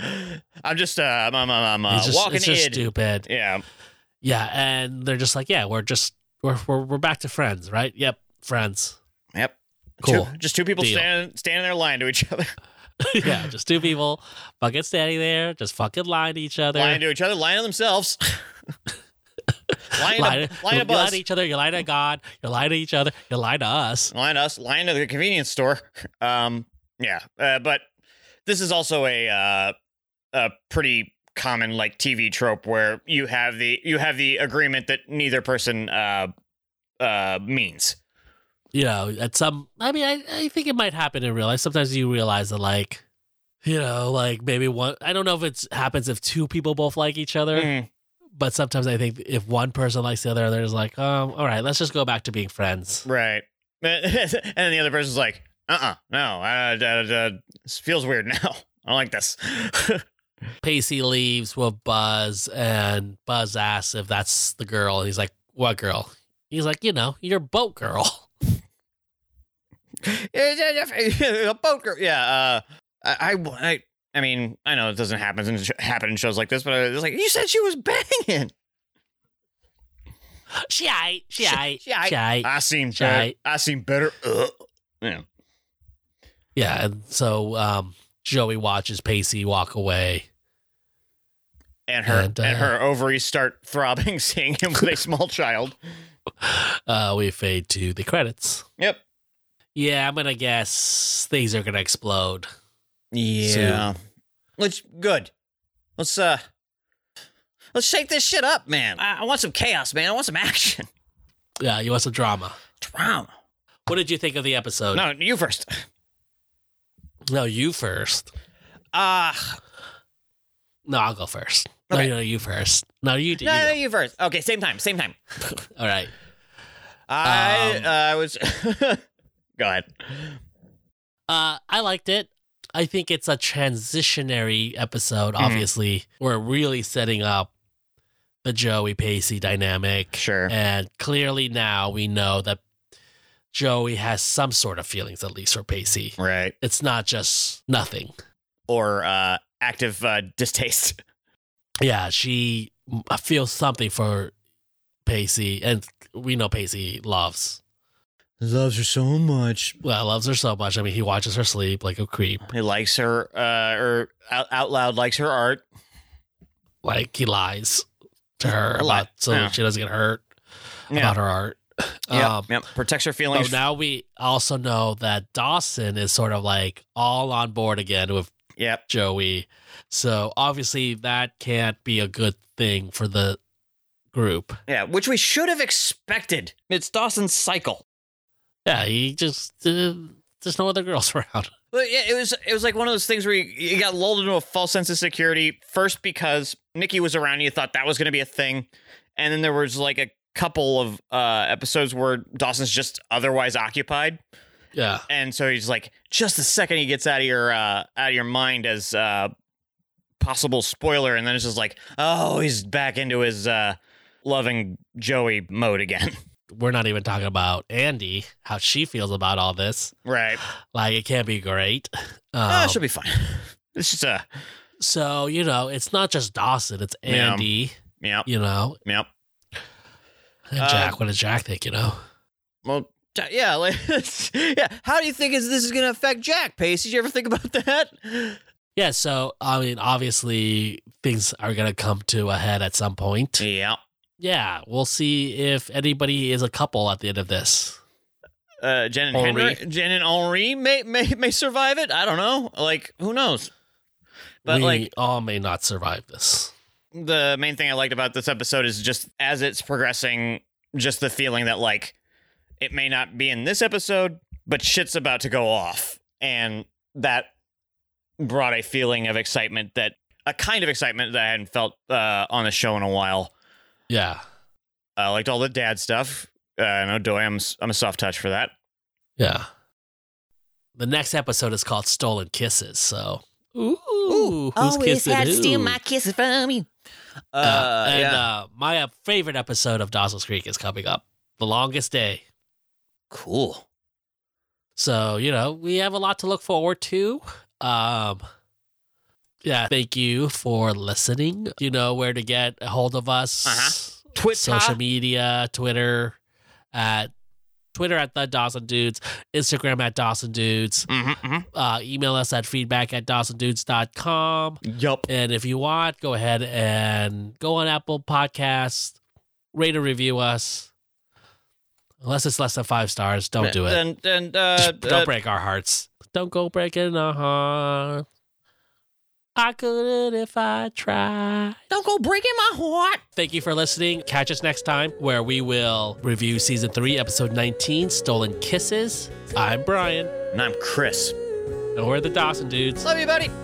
I'm just, uh, I'm, I'm, I'm, I'm uh, it's just, walking it's just id. stupid. Yeah. Yeah, and they're just like, yeah, we're just we're we're, we're back to friends, right? Yep, friends. Yep. Cool. Two, just two people Deal. stand, standing there lying to each other, yeah, just two people fucking standing there, just fucking lying to each other. lying to each other, lying to themselves, lying, Lying to, to- lying you to bus, lie to each other, you lie to God, you lie to each other, you lie to us. lying to us, lying to the convenience store. Um, yeah. Uh, but this is also a uh, a pretty common like TV trope where you have the you have the agreement that neither person uh uh means. You know, at some I mean, I, I think it might happen in real life. Sometimes you realize that like you know, like maybe one I don't know if it happens if two people both like each other, Mm. but sometimes I think if one person likes the other, they're just like, um, all right, let's just go back to being friends. Right. and then the other person's like, uh uh no, uh, uh, uh, this feels weird now. I don't like this. Pacey leaves with Buzz, and Buzz asks if that's the girl. And he's like, What girl? He's like, You know, your boat girl. a boat girl. Yeah. Uh, I, I, I, I mean, I know it doesn't happen in, happen in shows like this, but I was like, you said she was banging. She aight, she aight, she aight. she aight. I seem Shy. better. I seem better. Ugh. Yeah. Yeah, and so um, Joey watches Pacey walk away. And her And, and, uh, her ovaries start throbbing, seeing him with a small child. Uh, we fade to the credits. Yep. Yeah, I'm gonna guess things are gonna explode. Yeah. Let's good. Let's uh let's shake this shit up, man. I, I want some chaos, man. I want some action. Yeah, you want some drama. Drama. What did you think of the episode? No, you first. No, you first. Uh No, I'll go first. Okay. No, no, you first. No, you do. no, you no, go. you first. Okay, same time, same time. All right. I Um, uh, I was Go ahead. Uh, I liked it. I think it's a transitionary episode, Mm-hmm. obviously. We're really setting up the Joey Pacey dynamic. Sure. And clearly now we know that Joey has some sort of feelings, at least for Pacey. Right. It's not just nothing. Or uh active uh distaste. Yeah, she m- feels something for Pacey. And we know Pacey loves, Loves her so much. well, loves her so much. I mean, he watches her sleep like a creep. He likes her uh or out, out loud likes her art. like he lies to her A lot. about so Yeah. she doesn't get hurt Yeah. about her art. Yeah, Um, yep. Protects her so feelings. now we also know that Dawson is sort of like all on board again with yep. Joey. So obviously that can't be a good thing for the group. Yeah, which we should have expected. It's Dawson's cycle. Yeah, he just uh, there's no other girls around. But yeah, it was it was like one of those things where you, you got lulled into a false sense of security first because Nikki was around and you thought that was going to be a thing, and then there was like a couple of uh, episodes where Dawson's just otherwise occupied, Yeah, and so he's like, just the second he gets out of your uh, out of your mind as uh, possible spoiler, and then it's just like, oh, he's back into his uh, loving Joey mode again, we're not even talking about Andy how she feels about all this. right? Like it can't be great. Ah, Um, she'll be fine. It's just a so you know, it's not just Dawson; it's Yeah. Andy. yep, You know, yep. And Uh, Jack, what does Jack think? You know, Well, Ja- yeah, like, yeah. How do you think is this is going to affect Jack Pace? Did you ever think about that? yeah. So I mean, obviously things are gonna come to a head at some point. Yeah. Yeah, we'll see if anybody is a couple at the end of this. Uh, Jen and Henri. Henry, Jen and Henri may, may may survive it. I don't know. Like, who knows? But we like all may not survive this. the main thing I liked about this episode is just as it's progressing, just the feeling that like it may not be in this episode, but shit's about to go off, And that brought a feeling of excitement that a kind of excitement that I hadn't felt uh, on the show in a while. Yeah. I liked all the dad stuff. Uh, I know Doy, I'm I'm a soft touch for that. Yeah. The next episode is called Stolen Kisses. So, ooh, who's always kissing had to who? steal my kisses from you. Uh, Uh, and yeah. uh, my uh, favorite episode of Dawson's Creek is coming up, The Longest Day. cool. So, you know, we have a lot to look forward to. Um, yeah, thank you for listening. You know where to get a hold of us. Uh-huh. Twitter. Social media, Twitter at Twitter at the Dawson Dudes, Instagram at Dawson Dudes, Mhm, mhm. uh, email us at feedback at DawsonDudes.com. Yup. And if you want, go ahead and go on Apple Podcasts, rate and review us. Unless it's less than five stars, don't do it. And and uh, Just don't uh, break our hearts. Don't go breaking our heart. I couldn't if I tried. don't go breaking my heart. Thank you for listening. Catch us next time where we will review season three, episode 19, Stolen Kisses. I'm Brian, And I'm Chris. and we're the Dawson Dudes. Love you, buddy.